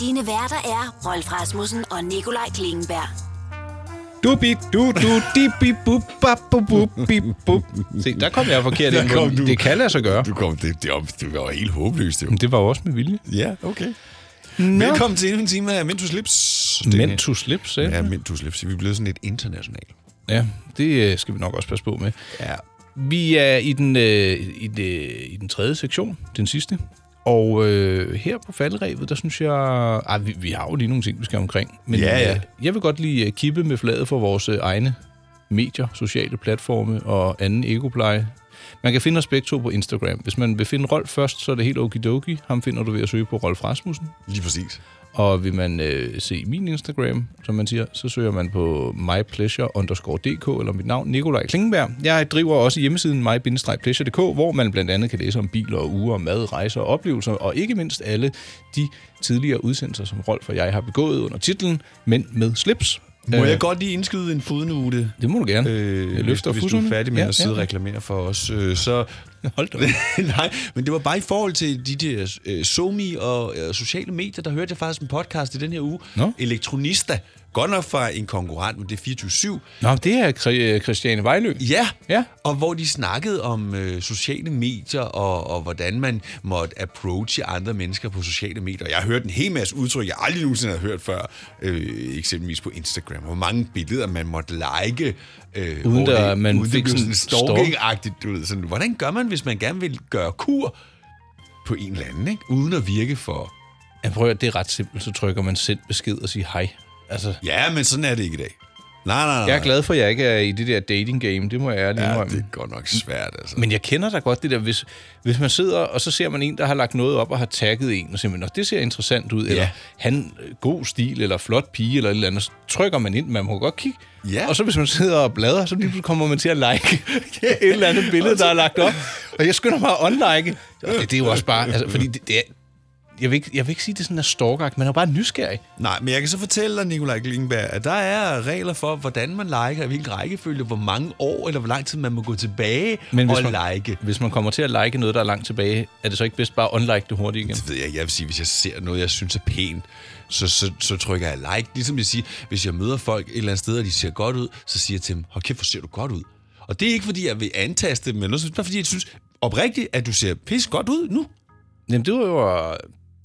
A: Dine værter er Rolf Rasmussen og Nikolaj Klingenberg.
C: Du bi du du di bi bu ba bu bu bi bu. Se, der kom jeg forkert ind. på den. Det kan lade sig gøre.
B: Du kom, det, det, var, det var helt håbløst, jo.
C: Det var jo også med vilje.
B: Ja, okay. Nå. Velkommen til endnu en time af Mentus Lips.
C: Mentus Lips, sagde
B: Ja,
C: du?
B: Mentus Lips. Vi er blevet sådan lidt internationalt.
C: Ja, det øh, skal vi nok også passe på med.
B: Ja.
C: Vi er i den, øh, i, det, i den tredje sektion, den sidste. Og øh, her på faldrevet, der synes jeg... Ej, vi, vi har jo lige nogle ting, vi skal omkring. Men
B: Ja, ja.
C: øh, jeg vil godt lige øh, kippe med flaget for vores øh, egne medier, sociale platforme og anden egopleje. Man kan finde os begge to på Instagram. Hvis man vil finde Rolf først, så er det helt okidoki. Ham finder du ved at søge på Rolf Rasmussen.
B: Lige præcis.
C: Og vil man øh, se min Instagram, som man siger, så søger man på mypleasure_dk eller mit navn, Nikolaj Klingenberg. Jeg driver også hjemmesiden my hvor man blandt andet kan læse om biler og uger, mad, rejser og oplevelser, og ikke mindst alle de tidligere udsendelser, som Rolf og jeg har begået under titlen Mænd med slips.
B: Må
C: Øh,
B: jeg godt lige indskyde en fodnote?
C: Det må du gerne.
B: Øh,
C: Jeg løfter
B: hvis, hvis du er
C: fusserne.
B: færdig med
C: Ja,
B: ja, at sidde
C: ja.
B: ja. og reklamere for os, øh, så...
C: [LAUGHS] Hold da
B: [LAUGHS] Nej, men det var bare i forhold til de der øh, somi og øh, sociale medier, der hørte jeg faktisk en podcast i den her uge.
C: Nå.
B: Elektronista. Godt nok fra en konkurrent, men det er 24-7.
C: Nå, det er Kri- Christiane Vejlø.
B: Ja.
C: ja,
B: og hvor de snakkede om øh, sociale medier og, og hvordan man måtte approache andre mennesker på sociale medier. Jeg har hørt en hel masse udtryk, jeg aldrig nogensinde har hørt før, øh, eksempelvis på Instagram. Hvor mange billeder man måtte like. Øh,
C: Uden
B: hvor
C: der- man
B: uden det
C: fik
B: blev
C: sådan
B: stalking-agtigt. Du ved, sådan, hvordan gør man, hvis man gerne vil gøre kur på en eller anden, ikke? uden at virke for...
C: Jeg prøver, det er ret simpelt. Så trykker man send besked og siger hej. Altså,
B: Ja, men sådan er det ikke i dag. Nej, nej, nej.
C: jeg er glad for, at jeg ikke er i det der dating game. Det må jeg ærligt
B: Ja,
C: indrømme.
B: det er godt nok svært, altså.
C: Men jeg kender da godt det der, hvis, hvis man sidder, og så ser man en, der har lagt noget op og har tagget en, og siger, man, "Nå, det ser interessant ud, ja. eller han øh, god stil, eller flot pige, eller et eller andet, så trykker man ind, man må godt kigge. Ja. Og så hvis man sidder og bladrer, så lige pludselig kommer man til at like [LAUGHS] et eller andet billede, der er lagt op. Og jeg skynder mig at unlike. Og det, det er jo også bare, altså, fordi det, det er, jeg vil, ikke, jeg vil ikke sige, det er sådan en stalker, man er jo bare nysgerrig.
B: Nej, men jeg kan så fortælle dig, Nikolaj Klingenberg, at der er regler for, hvordan man liker, i hvilken rækkefølge, hvor mange år eller hvor lang tid man må gå tilbage
C: Men
B: og
C: hvis man,
B: like.
C: hvis man kommer til at like noget, der er langt tilbage, er det så ikke bedst bare at unlike det hurtigt igen?
B: Det ved jeg, jeg vil sige, hvis jeg ser noget, jeg synes er pænt, så, så, så trykker jeg like. Ligesom jeg siger, hvis jeg møder folk et eller andet sted, og de ser godt ud, så siger jeg til dem, hold kæft, hvor ser du godt ud. Og det er ikke, fordi jeg vil antaste dem, men noget, bare fordi jeg synes oprigtigt, at du ser pis godt ud nu.
C: Jamen, det var jo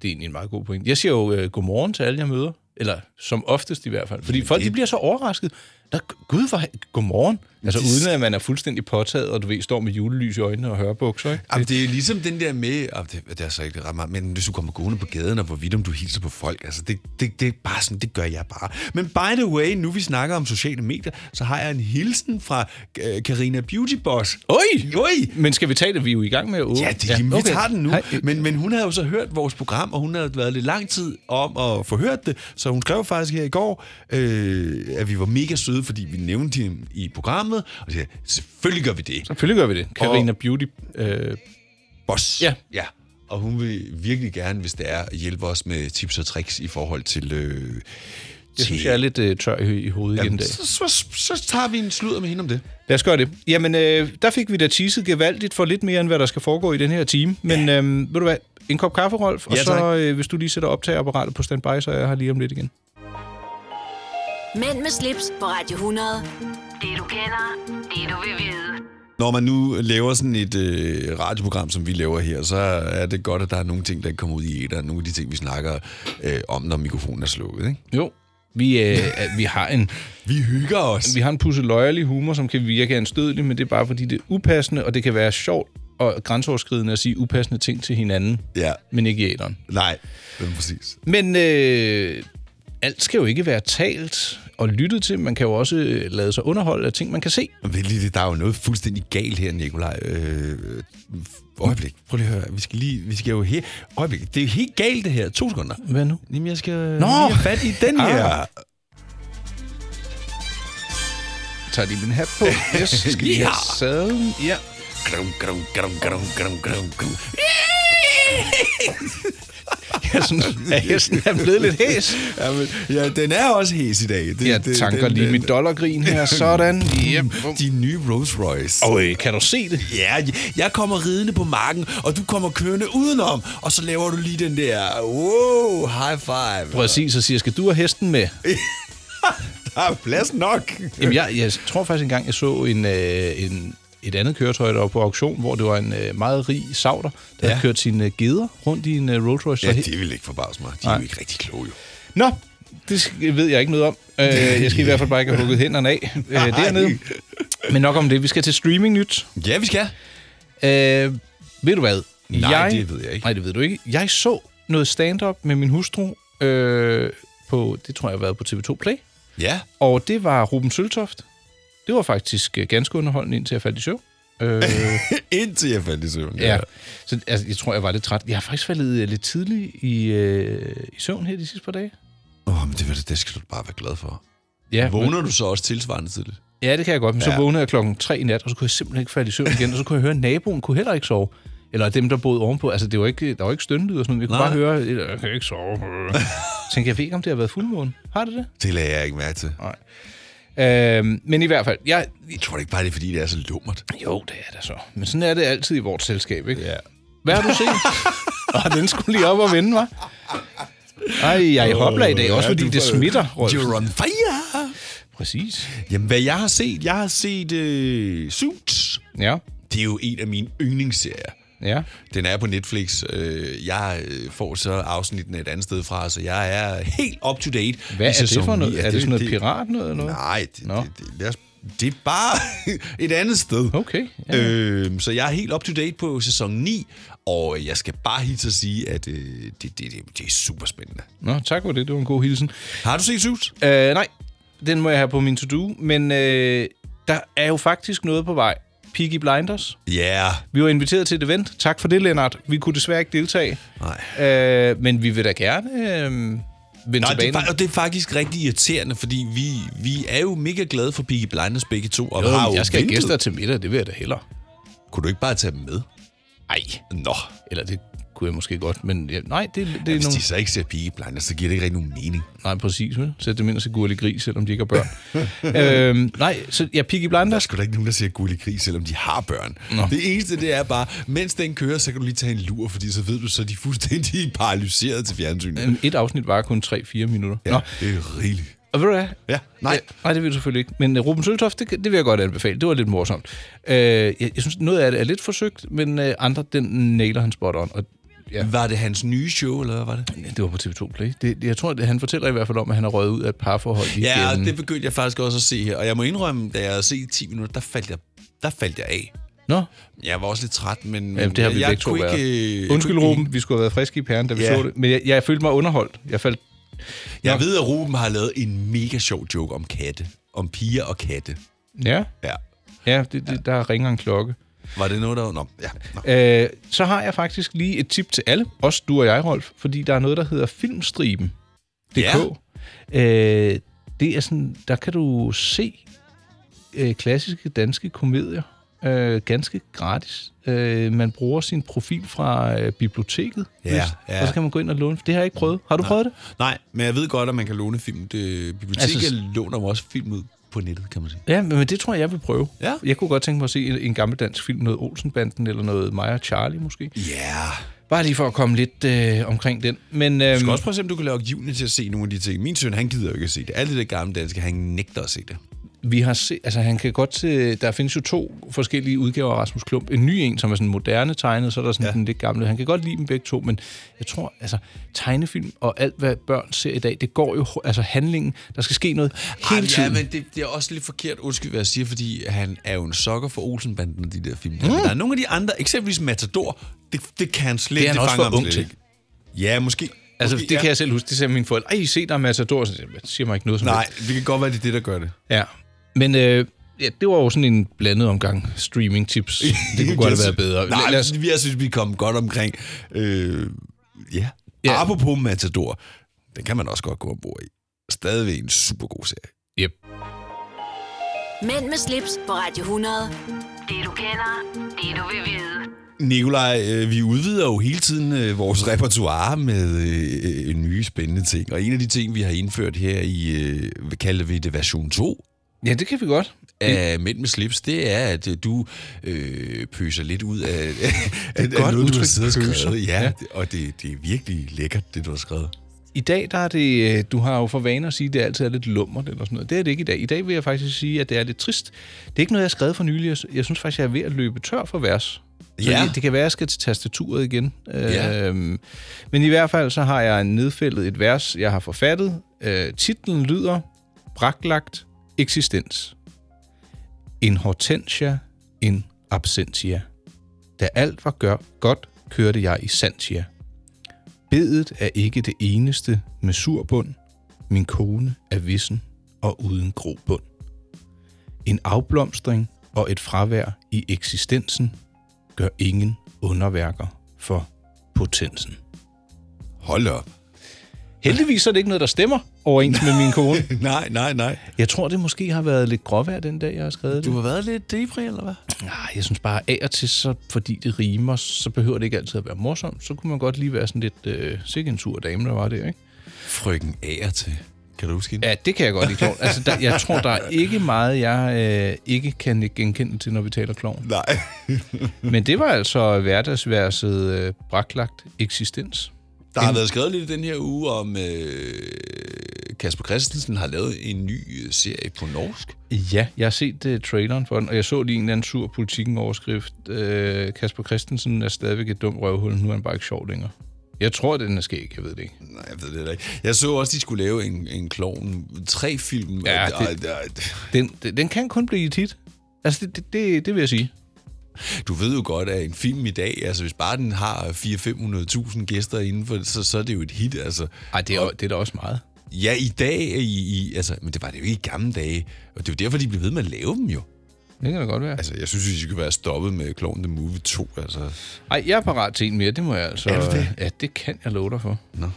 C: det er egentlig en meget god point. Jeg siger jo øh, godmorgen til alle, jeg møder. Eller som oftest i hvert fald. Fordi folk de bliver så overrasket. Der, gud, hvor, godmorgen. Altså uden at man er fuldstændig påtaget, og du ved, står med julelys i øjnene og hører bukser, ikke?
B: Jamen, det er ligesom den der med, og det, det er så ikke ret meget, men hvis du kommer gående på gaden, og hvorvidt om du hilser på folk, altså det, det, det er bare sådan, det gør jeg bare. Men by the way, nu vi snakker om sociale medier, så har jeg en hilsen fra øh, Karina Beauty Boss.
C: Oj!
B: Oj!
C: Men skal vi tage det? Vi er jo i gang med at åbne.
B: Ja, det, ja, okay. vi tager den nu. Men, men hun havde jo så hørt vores program, og hun havde været lidt lang tid om at få hørt det, så hun skrev faktisk her i går, øh, at vi var mega søde, fordi vi nævnte hende i programmet, og så siger, jeg, selvfølgelig gør vi det.
C: Selvfølgelig gør vi det. Karina Beauty... Øh,
B: Boss. Ja. ja. Og hun vil virkelig gerne, hvis det er, hjælpe os med tips og tricks i forhold til... Øh,
C: jeg synes, jeg er lidt øh, tør i, i hovedet igen i dag.
B: så, så, så, så tager vi en sludder med hende om det.
C: Lad os gøre det. Jamen, øh, der fik vi da teaset gevaldigt for lidt mere, end hvad der skal foregå i den her time. Men ja. øh, ved du hvad, en kop kaffe, Rolf, og
B: Ja,
C: så
B: tak.
C: øh, hvis du lige sætter optageapparatet på standby, så er jeg her lige om lidt igen.
A: Mænd med slips på Radio 100. Det du kender, det du vil vide.
B: Når man nu laver sådan et øh, radioprogram, som vi laver her, så er det godt, at der er nogle ting, der ikke kommer ud i æder, nogle af de ting, vi snakker øh, om, når mikrofonen er slukket, ikke?
C: Jo. Vi, øh, er- vi har en...
B: vi hygger os.
C: Vi har en pusseløjerlig humor, som kan virke anstødelig, men det er bare fordi, det er upassende, og det kan være sjovt og grænseoverskridende at sige upassende ting til hinanden,
B: ja.
C: men ikke i æderen.
B: Nej, det er præcis.
C: Men øh, alt skal jo ikke være talt og lyttet til. Man kan jo også øh, lade sig underholde af ting, man kan se.
B: Men ved lige det, der er jo noget fuldstændig galt her, Nikolaj. Øh, øh, øjeblik, prøv lige at høre. Vi skal, lige, vi skal jo her... Øjeblik, det er jo helt galt det her. To sekunder.
C: Hvad nu?
B: Jamen, jeg skal Nå!
C: Nå!
B: lige have fat i den
C: Ah.
B: her.
C: Tager de min hat [LAUGHS] på? Jeg skal lige
B: Ja.
C: have sadlen. Ja.
B: Grum, grum, grum, grum, grum, grum, grum.
C: [LAUGHS] Jeg [LAUGHS] synes, at hesten er blevet lidt hæs.
B: Ja, men, ja, den er også hæs i dag. Det,
C: [LAUGHS] Jeg tanker lige mit dollargrin [LAUGHS] her. Sådan. Yep.
B: Din nye Rolls Royce.
C: Øj, kan du se det?
B: Ja, jeg- jeg kommer ridende på marken, og du kommer kørende udenom, og så laver du lige den der, wow, high five.
C: Præcis, og siger, skal du have hesten med?
B: Der er Ah, plads nok.
C: Jamen, jeg, jeg tror faktisk engang, jeg så en, øh, en, et andet køretøj, der var på auktion, hvor det var en øh, meget rig sauter, der ja. havde kørt sine øh, geder rundt i en øh, Rolls Royce.
B: Ja,
C: Så he-
B: det vil ikke forbavse mig. De er
C: Nej.
B: jo ikke rigtig kloge, jo.
C: Nå, det sk- ved jeg ikke noget om. Øh, jeg skal i hvert fald bare ikke have hugget hænderne [LAUGHS] af øh,
B: Nej.
C: dernede. Men nok om det. Vi skal til streaming nyt.
B: Ja, vi skal.
C: Øh, ved du hvad?
B: Nej, det ved jeg ikke.
C: Nej, det ved du ikke. Jeg så noget stand-up med min hustru øh, på, det tror jeg har været på TV2 Play.
B: Ja.
C: Og det var Ruben Søltoft. Det var faktisk øh, ganske underholdende, indtil jeg faldt i søvn.
B: [LAUGHS]
C: Øh,
B: Indtil jeg faldt i søvn.
C: ja. Så altså, jeg tror, jeg var lidt træt. Jeg har faktisk faldet øh, lidt tidligt i, øh, i søvn her de sidste par dage.
B: Åh, oh, men det, ved du, det skal du bare være glad for.
C: Ja,
B: Vågner du så også tilsvarende tidligt?
C: Ja, det kan jeg godt, men ja.
B: Ja.
C: så vågnede jeg klokken 3 i nat, og så kunne jeg simpelthen ikke falde i søvn igen, og så kunne jeg høre, at naboen kunne heller ikke sove. Eller dem, der boede ovenpå. Altså, det var ikke, der var ikke stønlyd og sådan noget. Vi kunne
B: Nej.
C: bare høre, jeg kan ikke sove. Så tænkte jeg, jeg ved ikke, om det har været fuldmåne. Har det det?
B: Det lagde jeg ikke mærke til.
C: Nej. Øhm, men i hvert fald, jeg...
B: Jeg tror det ikke bare, det er, fordi det er så lummert.
C: Jo, det er det så. Men sådan er det altid i vores selskab, ikke?
B: Ja.
C: Hvad har du
B: [LAUGHS]
C: set? og den skulle lige op og vende, hva'? Ej, jeg hopla i dag, også fordi det smitter, Rolf.
B: You're on fire.
C: Præcis.
B: Jamen, hvad jeg har set? Jeg har set øh, Suits.
C: Ja,
B: Det er jo en af mine yndlingsserier.
C: ja.
B: Den er på Netflix. Øh, Jeg øh, får så afsnitten et andet sted fra, så jeg er helt up to date.
C: Hvad
B: i
C: er det
B: sæson
C: for
B: ni.
C: noget?
B: Ja,
C: Er det sådan noget pirat noget eller noget?
B: Nej, det,
C: Nå.
B: det, det, lad os, det er bare [LAUGHS] et andet sted.
C: Okay. Ja.
B: Øh, så jeg er helt up to date på sæson 9, og jeg skal bare hilse at sige, at øh, det, det, det, det er super spændende.
C: Nå, tak for det. Det var en god hilsen.
B: Har du set Suits?
C: Øh, nej, den må jeg have på min to-do, men øh, der er jo faktisk noget på vej. Peaky Blinders.
B: Ja. Yeah.
C: Vi var inviteret til et event. Tak for det, Lennart. Vi kunne desværre ikke deltage.
B: Nej.
C: Øh, men vi vil da gerne øh, vende
B: Nå,
C: tilbage.
B: det, er, fa- og det er faktisk rigtig irriterende, fordi vi, vi er jo mega glade for Peaky Blinders begge to, og har
C: jo,
B: jo
C: jeg skal have
B: ventet.
C: gæster til middag, det vil jeg da hellere.
B: Kunne du ikke bare tage dem med?
C: Ej,
B: Nå,
C: eller det kunne jeg måske godt, men ja, nej, det, det
B: ja,
C: er
B: hvis
C: nogle...
B: de så ikke ser Peaky Blinders, så giver det ikke rigtig nogen mening.
C: Nej, præcis, vel? Sæt dem ind og se gurlig gris, selvom de ikke har børn. [LAUGHS] øhm, nej, så ja, Peaky
B: Der er
C: Blinders.
B: sgu da ikke nogen, der siger gullig gris, selvom de har børn.
C: Nå.
B: Nå. Det eneste, det er bare, mens den kører, så kan du lige tage en lur, fordi så ved du, så er de fuldstændig [LAUGHS] paralyseret til fjernsynet.
C: Øhm, Et afsnit var kun 3-4 minutter.
B: Ja,
C: Nå,
B: det er rigeligt.
C: og ved du hvad?
B: Ja, nej.
C: Ja, nej, det vil du selvfølgelig ikke. Men uh, Ruben Søltoft, det, det vil jeg godt anbefale. Det var lidt Øh, morsomt. Uh, jeg, jeg synes, noget af det er lidt forsøgt, men uh, andre, den nailer han spot on. Og Ja.
B: Var det hans nye show, eller hvad var det?
C: Det var på TV2 Play. Det, jeg tror, at han fortæller i hvert fald om, at han har røget ud af et parforhold igen.
B: Ja, og det begyndte jeg faktisk også at se her. Og jeg må indrømme, da jeg havde set 10 minutter, der faldt jeg, der faldt jeg af.
C: Nå?
B: Jeg var også lidt træt, men
C: Jamen, det har vi
B: jeg
C: begge to
B: kunne ikke... øh,
C: været.
B: jeg
C: Undskyld,
B: kunne ikke-
C: Ruben, vi skulle have været friske i pæren, da vi
B: Ja.
C: så det. Men jeg, jeg følte mig underholdt. Jeg faldt...
B: Jeg ved, at Ruben har lavet en mega sjov joke om katte. Om piger og katte.
C: Ja?
B: Ja.
C: Ja, det, det, der ringer en klokke.
B: Var det noget, der... Nå, ja. Nå.
C: Øh, så har jeg faktisk lige et tip til alle, også du og jeg, Rolf, fordi der er noget, der hedder Filmstriben.
B: Ja.
C: Øh, det er sådan, der kan du se øh, klassiske danske komedier øh, ganske gratis. Øh, man bruger sin profil fra øh, biblioteket,
B: Ja,
C: vist,
B: ja.
C: og så kan man gå ind og låne. Det har jeg ikke prøvet. Har du
B: Nej.
C: prøvet det?
B: Nej, men jeg ved godt, at man kan låne film. Det, biblioteket
C: Altså-
B: altså, låner jo også film ud på nettet, kan man sige.
C: Ja, men men det tror jeg, jeg vil prøve.
B: Ja.
C: Jeg kunne godt tænke mig at se en, en gammel dansk film, noget Olsenbanden eller noget Maja og Charlie måske.
B: Ja. Yeah.
C: Bare lige for at komme lidt øh, omkring den. Men, øhm,
B: Du skal også prøve at se, om du kan lave Juni til at se nogle af de ting. Min søn, han gider jo ikke at se det. Alle det gamle danske, han nægter at se det.
C: vi har set, altså han kan godt, øh, der findes jo to forskellige udgaver af Rasmus Klump. En ny en, som er sådan moderne tegnet, så er der sådan ja. den lidt gamle. Han kan godt lide dem begge to, men jeg tror, altså tegnefilm og alt, hvad børn ser i dag, det går jo, altså handlingen, der skal ske noget hele
B: Ej,
C: tiden.
B: Ja, men det, det er også lidt forkert, undskyld, hvad jeg siger, fordi han er jo en sokker for Olsenbanden og de der film. Mm. Der er nogle af de andre, eksempelvis Matador, det, det kan han slet
C: Det er han
B: det
C: også
B: fanger
C: for
B: ham
C: ung
B: slet
C: til.
B: ikke. Ja, måske.
C: Altså,
B: måske,
C: det kan jeg selv huske. Det sagde mine forældre. Ej, se, der er Matador. Så siger jeg, "Det siger mig ikke noget som
B: Nej,
C: helst."
B: det kan godt være, det er det, der gør det.
C: Ja, men øh, ja, det var jo sådan en blandet omgang streaming-tips.
B: [LAUGHS]
C: Det kunne godt have været bedre.
B: Nej,
C: Lad
B: lad
C: os-
B: vi jeg synes, vi kom godt omkring. Øh, ja. ja. Apropos Matador, den kan man også godt gå ombord i. Stadigvæk en super god serie.
C: Yep.
A: Mænd med slips på Radio 100. Det du kender, det du vil vide.
B: Nikolaj, øh, vi udvider jo hele tiden øh, vores repertoire med øh, øh, nye spændende ting. Og en af de ting, vi har indført her i, øh, hvad kalder vi det, version 2
C: Ja, det kan vi godt.
B: af
C: Mm.
B: Mænd med slips, det er, at øh, du øh, pøser lidt ud af, [LAUGHS] af,
C: godt
B: af noget, du har
C: udtryk,
B: siddet og
C: pøser.
B: skrevet. Ja,
C: Ja.
B: og det, det er virkelig lækkert, det du har skrevet.
C: I dag, der er det, øh, du har jo for vane at sige, at det altid er lidt lummert eller sådan noget. Det er det ikke i dag. I dag vil jeg faktisk sige, at det er lidt trist. Det er ikke noget, jeg har skrevet for nylig. Jeg sy- Jeg synes faktisk, jeg er ved at løbe tør for vers. Så
B: Ja.
C: det, det kan være, at jeg skal til tastaturet igen.
B: Ja.
C: Øhm, men i hvert fald, så har jeg nedfældet et vers, jeg har forfattet. Øh, titlen lyder Braklagt eksistens. En hortensia, en absentia. Da alt var gør, godt, kørte jeg i santia. Bedet er ikke det eneste med surbund. Min kone er vissen og uden grobund. En afblomstring og et fravær i eksistensen gør ingen underværker for potensen.
B: Hold op.
C: Heldigvis er det ikke noget, der stemmer overens med min kone.
B: [LAUGHS] nej, nej, nej.
C: [LAUGHS] Jeg tror, det måske har været lidt gråvejr den dag, jeg har skrevet det.
B: Du har været lidt depri, eller hvad?
C: Nej, jeg synes bare, af og til, så, fordi det rimer, så behøver det ikke altid at være morsomt. Så kunne man godt lige være sådan lidt øh, sikke en sur dame, der var det, ikke?
B: Frøken Ager til. Kan du huske hende?
C: Ja, det kan jeg godt lide klovn. Altså, der, jeg tror, der er ikke meget, jeg øh, ikke kan nikke genkende til, når vi taler klovn.
B: Nej.
C: Men det var altså hverdagsværset øh, braklagt eksistens.
B: Der har
C: En-
B: været skrevet lidt i den her uge om, øh, Kasper Christensen har lavet en ny øh, serie på norsk.
C: Ja, jeg har set uh, traileren for den, og jeg så lige en eller anden sur politikken overskrift. Uh, Kasper Christensen er stadigvæk et dumt røvhul, nu er han bare ikke sjov længere. Jeg tror, den er skæg, jeg ved det ikke.
B: Nej, jeg ved det heller ikke. Jeg så også, de skulle lave en, en klovn tre film.
C: Ja,
B: og,
C: det-
B: og, og,
C: Den, den, den kan kun blive et hit. Altså, det, det, det, det vil jeg sige.
B: du ved jo godt, at en film i dag, altså hvis bare den har 400-500.000 gæster indenfor, så, så er det jo et hit. Altså.
C: Ej, det er, og, det er da også meget.
B: Ja, i dag, i, i, altså, men det var det jo ikke i gamle dage. Og det er jo derfor, de blev ved med at lave dem jo.
C: Det kan da godt være.
B: Altså, jeg synes, vi skal være stoppet med Clown The Movie 2. Altså.
C: Ej, jeg er parat til en mere, det må jeg altså...
B: Er du det?
C: Ja, det kan jeg love dig for.
B: Nå.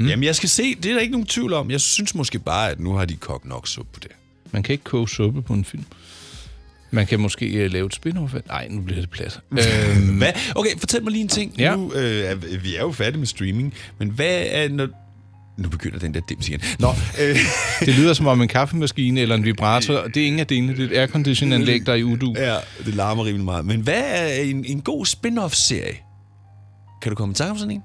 B: Mm. Jamen, jeg skal se. Det er der ikke nogen tvivl om. Jeg synes måske bare, at nu har de kogt nok suppe på det.
C: Man kan ikke koge suppe på en film. Man kan måske øh, lave et spin-off. Nej, nu bliver det
B: [LAUGHS]
C: plads.
B: øhm, hvad? Okay, fortæl mig lige en ting.
C: Ja.
B: Nu, øh, er- vi er jo færdige med streaming, men hvad er... Når... Nu begynder den der dims igen. [LAUGHS] Nå, øh,
C: Det lyder som om en kaffemaskine eller en vibrator, og det er ingen af delene. Det er et aircondition-anlæg, der er i udu.
B: ja, det larmer rimelig meget. Men hvad er en, en god spin-off-serie? Kan du komme i tanke om sådan en?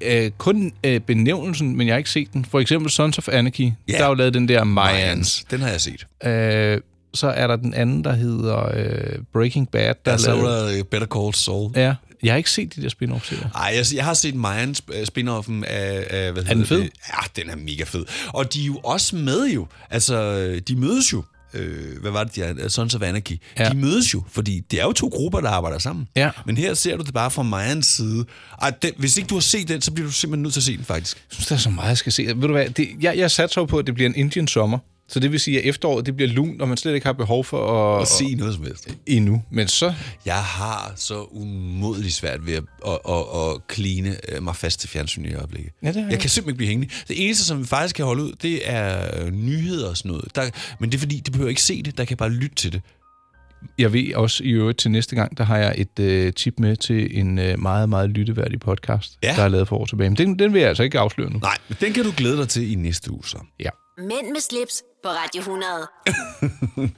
C: Øh, kun øh, benævnelsen, men jeg har ikke set den. For eksempel Sons of Anarchy, der har jo lavet den der Mayans.
B: Den har jeg set.
C: Øh, så er der den anden, der hedder øh, Breaking Bad. Der
B: Der
C: er
B: ja, så
C: lavet-
B: var der Better Call Saul.
C: Ja, Jeg har ikke set de der spin-off-serier.
B: Nej, jeg, jeg har set Mayan sp- spin-offen af... af hvad er
C: den fed?
B: Det? Ja, den er mega fed. Og de er jo også med jo. Altså, de mødes jo. Øh, hvad var det, de er? Sons of Anarchy. Ja. De mødes jo, fordi det er jo to grupper, der arbejder sammen.
C: Ja.
B: Men her ser du det bare fra Mayans side. Ej, den, hvis ikke du har set den, så bliver du simpelthen nødt til at se den, faktisk.
C: Jeg synes, der er så meget, jeg skal se. Ved du hvad, det, jeg, jeg satser jo på, at det bliver en Indian sommer. Så det vil sige, at efteråret det bliver lunt, og man slet ikke har behov for at...
B: At se noget som helst.
C: Endnu. Men så...
B: Jeg har så umådeligt svært ved at, at, at, at kline øh, mig fast til fjernsynet i øjeblikket.
C: Ja, det har
B: jeg
C: jeg.
B: kan simpelthen ikke blive hængende. Det eneste, som vi faktisk kan holde ud, det er øh, nyheder og sådan noget. Der, men det er fordi, det behøver ikke se det, der kan bare lytte til det.
C: Jeg ved også i øvrigt til næste gang, der har jeg et øh, tip med til en øh, meget, meget lytteværdig podcast, ja. der er lavet for år tilbage. Men den, den vil jeg altså ikke afsløre nu.
B: Nej, men den kan du glæde dig til i næste uge så.
C: Ja.
A: Mænd med slips på Radio 100.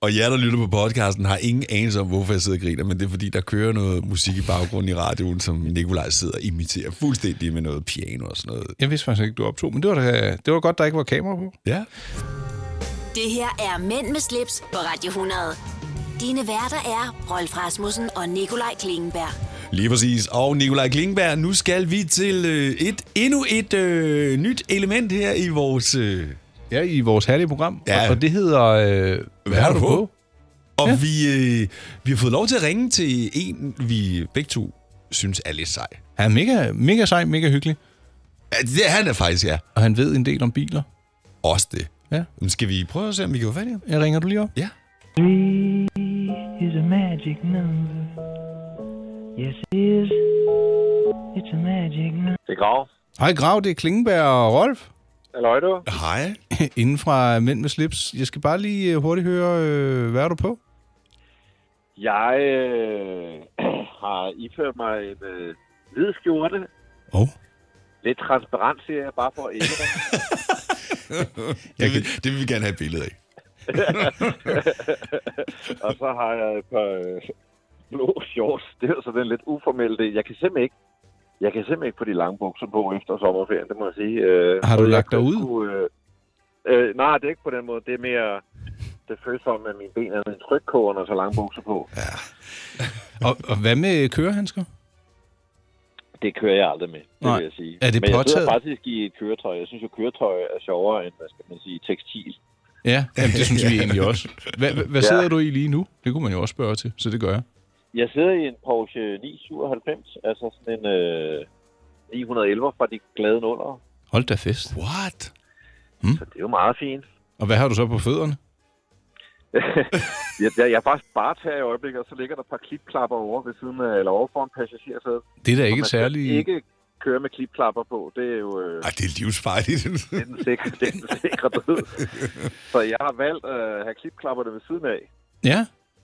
B: Og jer, der lytter på podcasten, har ingen anelse om, hvorfor jeg sidder og griner, men det er fordi, der kører noget musik i baggrunden i radioen, som Nikolaj sidder og imiterer fuldstændig med noget piano og sådan noget.
C: Jeg vidste faktisk ikke, du optog, men det var, da, det var godt, der ikke var kamera på.
B: Ja.
A: Det her er Mænd med slips på Radio 100. Dine værter er Rolf Rasmussen og Nikolaj Klingenberg.
B: Lige præcis. Og Nikolaj Klingberg, nu skal vi til øh, et endnu et øh, nyt element her i vores... Øh...
C: Ja, i vores herlige program.
B: Ja.
C: Og, og det hedder... Øh,
B: Hvad har du på? Og ja. vi, øh, vi har fået lov til at ringe til en, vi begge to synes er lidt sej.
C: Han er mega, mega sej, mega hyggelig.
B: Ja, det er han er faktisk, ja.
C: Og han ved en del om biler.
B: Også det.
C: Ja.
B: Men skal vi prøve at se, om vi kan få fat i ham?
C: Jeg ringer du lige op?
B: Ja.
N: Three is a magic number. Yes, it is. It's a magic number.
R: Det er Grav.
C: Hej Grav, det er Klingenberg og Rolf.
R: Halløj du.
B: Hej.
C: [LAUGHS] Inden fra Mænd med slips. Jeg skal bare lige øh, hurtigt høre, øh, hvad er du på?
R: Jeg øh, [CLEARS THROAT] har iført mig en øh, hvid skjorte. Oh. Lidt transparent, siger jeg, bare for at ære dig.
B: det, vil, det vil vi gerne have et billede af.
R: og så har jeg et par øh, blå shorts. Det er jo så den lidt uformelle del. Jeg kan simpelthen ikke jeg kan simpelthen ikke få de lange bukser på efter sommerferien, det må jeg sige. Øh,
C: Har du
R: og jeg
C: lagt dig
R: kunne
C: ud?
R: sgu, Øh, øh, nej, det er ikke på den måde. Det er mere, det føles som, at mine ben er en trykkåre, når jeg så lange bukser på.
B: Ja.
C: Og, og hvad med kørehandsker?
R: Det kører jeg aldrig med, det
C: Nej.
R: vil jeg sige.
C: Er det
R: Men jeg sidder
C: påtaget?
R: faktisk i et køretøj. Jeg synes jo, køretøj er sjovere end, hvad skal man sige, tekstil.
C: Ja, jamen, det synes vi
R: Ja.
C: egentlig også. Hvad, hvad, hvad
R: Ja.
C: sidder du i lige nu? Det kunne man jo også spørge til, så det gør jeg.
R: Jeg sidder i en Porsche 997, altså sådan en øh, 911 fra de glade nuller.
C: Hold da fest.
B: What?
R: Så det er jo meget fint.
C: Og hvad har du så på fødderne?
R: jeg, jeg, jeg, er faktisk bare tager i øjeblikket, og så ligger der et par klipklapper over ved siden af, øh, eller over for en passagersæde.
C: Det er da ikke
R: Og
C: et
R: man skal
C: særligt-
R: ikke køre med klipklapper på. Det er jo... Øh,
B: Ej, det er livsfarligt. [LAUGHS]
R: det er den sikre, det er den sikre død. Så jeg har valgt øh, at have klipklapperne ved siden af.
C: Ja,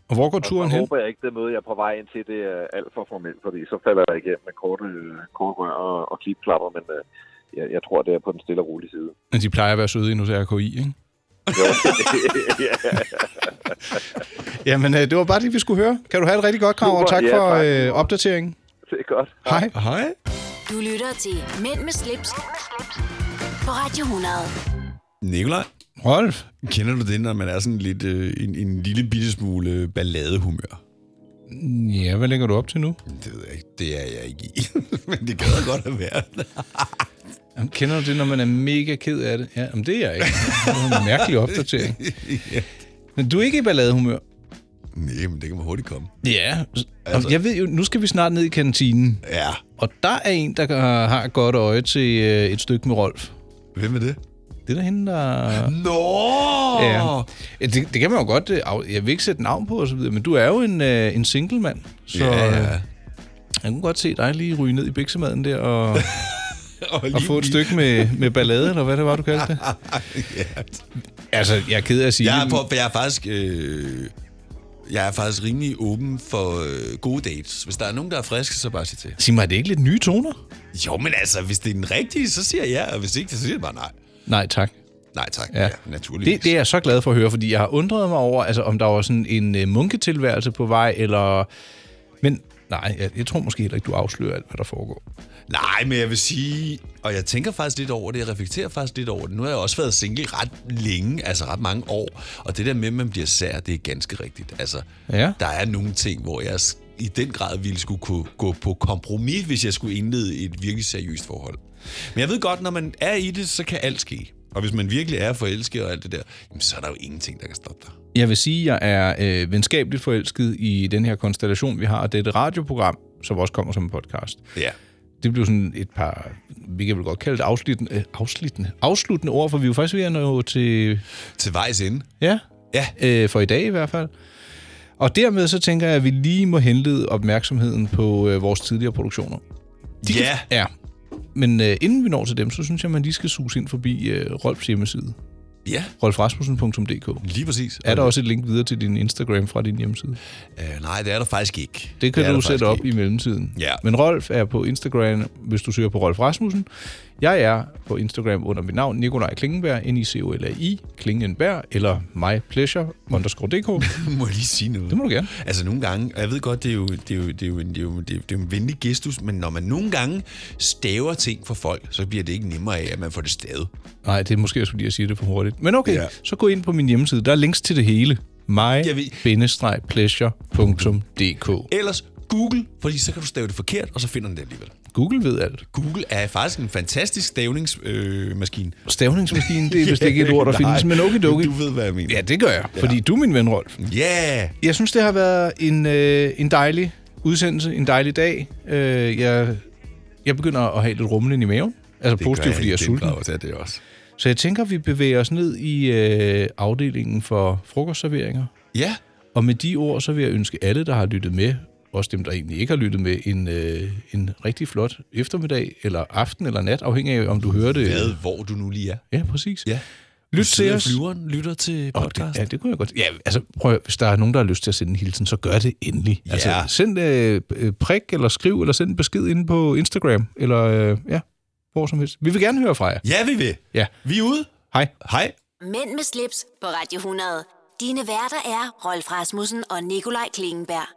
C: og hvor går turen
R: og så
C: hen?
R: håber jeg ikke, det møde, jeg er på vej ind til, det er alt for formelt, fordi så falder jeg igennem med korte, øh, korte rør og, og klipklapper, men øh, jeg, jeg tror, det er på den stille og rolige side.
C: Men de plejer at være søde endnu til RKI, ikke? [LAUGHS]
R: Jo. ja.
C: Jamen, øh, det var bare det, vi skulle høre. Kan du have et rigtig godt krav, og
R: Super,
C: tak
R: ja,
C: for
R: tak.
C: øh, opdateringen.
R: Det er godt.
C: Hej. Hej.
A: Du lytter til Mænd med slips på Radio 100.
B: Nikolaj?
C: Rolf?
B: Kender du det, når man er sådan lidt øh, en, en lille bitte smule balladehumør?
C: Ja, hvad lægger du op til nu?
B: Det ved jeg ikke. Det er jeg ikke i. [LAUGHS] Men det gad godt at være. [LAUGHS]
C: Jamen, kender du det, når man er mega ked af det? Ja, jamen, det er jeg ikke. Det var en mærkelig opdatering. Men du er ikke i balladehumør?
B: Nej, men det kan man hurtigt komme.
C: Ja. Altså. Jeg ved jo, nu skal vi snart ned i kantinen.
B: Ja.
C: Og der er en, der har- har et godt øje til øh, et stykke med Rolf.
B: Hvem er det?
C: Det er der hende, der...
B: Nå!
C: Ja. Ja, Det, det kan man jo godt... øh, af- Jeg vil ikke sætte navn på og så videre, men du er jo en, øh, en single mand. Så
B: Ja, ja.
C: øh, Jeg kunne godt se dig lige ryge ned i biksemaden der og,
B: og,
C: og få et stykke med, med ballade, eller hvad det var, du kaldte det.
B: [LAUGHS] ja.
C: Altså, jeg er ked af at sige
B: jeg er
C: det,
B: på, jeg er faktisk... Øh, jeg er faktisk rimelig åben for øh, gode dates. Hvis der er nogen, der er friske, så bare sig til.
C: Sig mig, er det ikke lidt nye toner?
B: Jo, men altså, hvis det er den rigtige, så siger jeg ja, og hvis ikke, så siger jeg bare nej.
C: Nej, tak.
B: Nej tak,
C: Ja.
B: ja, naturligvis.
C: Det, det er jeg så glad for at høre, fordi jeg har undret mig over, altså, om der var sådan en øh, munketilværelse på vej, eller... Men nej, jeg, jeg tror måske heller ikke, du afslører alt, hvad der foregår.
B: Nej, men jeg vil sige, og jeg tænker faktisk lidt over det, jeg reflekterer faktisk lidt over det. Nu har jeg også været single ret længe, altså ret mange år, og det der med, at man bliver sær, det er ganske rigtigt. Altså,
C: Ja.
B: der er nogle ting, hvor jeg i den grad ville skulle kunne gå på kompromis, hvis jeg skulle indlede et virkelig seriøst forhold. Men jeg ved godt, når man er i det, så kan alt ske. Og hvis man virkelig er forelsket og alt det der, jamen, så er der jo ingenting, der kan stoppe dig.
C: Jeg vil sige, at jeg er øh, venskabeligt forelsket i den her konstellation, vi har, og det er et radioprogram, som også kommer som en podcast.
B: Ja.
C: Det blev sådan et par, vi kan vel godt kalde det afsluttende, øh, afsluttende, afsluttende ord, for vi er jo faktisk ved at nå til...
B: Til vejs ende.
C: Ja,
B: ja.
C: Øh, for i dag i hvert fald. Og dermed så tænker jeg, at vi lige må henlede opmærksomheden på øh, vores tidligere produktioner.
B: De ja.
C: Kan, ja. Men øh, inden vi når til dem, så synes jeg, man lige skal suge ind forbi øh, Rolfs hjemmeside.
B: Ja.
C: Rolfrasmussen.dk
B: Lige præcis.
C: Er der også et link videre til din Instagram fra din hjemmeside?
B: Øh, nej, det er der faktisk ikke.
C: Det kan
B: er
C: det
B: der
C: du sætte
B: faktisk
C: op
B: ikke.
C: i mellemtiden.
B: Ja.
C: Men Rolf er på Instagram, hvis du søger på Rolf Rasmussen. Jeg er på Instagram under mit navn Nikolaj Klingenberg, n i c o l a i Klingenberg, eller mypleasure.dk.
B: [LAUGHS] Må jeg lige sige noget?
C: Det må du gerne.
B: Altså nogle gange, og jeg ved godt, det er jo, det er jo, det er jo, en, det er jo, det er jo- det er jo en venlig gestus, men når man nogle gange staver ting for folk, så bliver det ikke nemmere af, at man får det stavet.
C: Nej, det er måske også fordi, jeg siger det for hurtigt. Men okay,
B: Ja.
C: ja. så gå ind på min hjemmeside. Der er links til det hele. my-pleasure.dk
B: Ellers Google, fordi så kan du stave det forkert, og så finder den det alligevel.
C: Google ved alt.
B: Google er faktisk en fantastisk stavningsmaskine. Øh, maskine.
C: Stavningsmaskinen, [LAUGHS] det er vist ikke et ord, der
B: [LAUGHS] Nej,
C: findes, men okidoki.
B: men Du ved, hvad jeg mener.
C: Ja, det gør jeg, fordi du er min ven, Rolf.
B: Ja! Yeah.
C: Jeg synes, det har været en, øh, en dejlig udsendelse, en dejlig dag. Øh, jeg, jeg begynder at have lidt rumlen i maven. Altså det positivt, fordi jeg er sulten.
B: Ja, det er også.
C: Så jeg tænker, vi bevæger os ned i øh, afdelingen for frokostserveringer.
B: Ja.
C: Og med de ord, så vil jeg ønske alle, der har lyttet med, også dem, der egentlig ikke har lyttet med, en, øh, en rigtig flot eftermiddag, eller aften, eller nat, afhængig af, om du hører det.
B: Hvad, hvor du nu lige er.
C: Ja, præcis.
B: Ja.
C: Lyt
B: Du
C: til
B: sidder i
C: os.
B: flyveren, lytter til
C: Åh, det,
B: podcast.
C: ja, det kunne jeg godt. Ja, altså, prøv, at- hvis der er nogen, der har lyst til at sende en hilsen, så gør det endelig.
B: Ja.
C: Altså, send øh, øh, prik, eller skriv, eller send en besked inde på Instagram, eller øh, ja, hvor som helst. Vi vil gerne høre fra jer.
B: Ja, vi vil.
C: Ja.
B: Vi er ude.
C: Hej.
B: Hej.
A: Mænd med slips på Radio 100. Dine værter er Rolf Rasmussen og Nikolaj Klingenberg.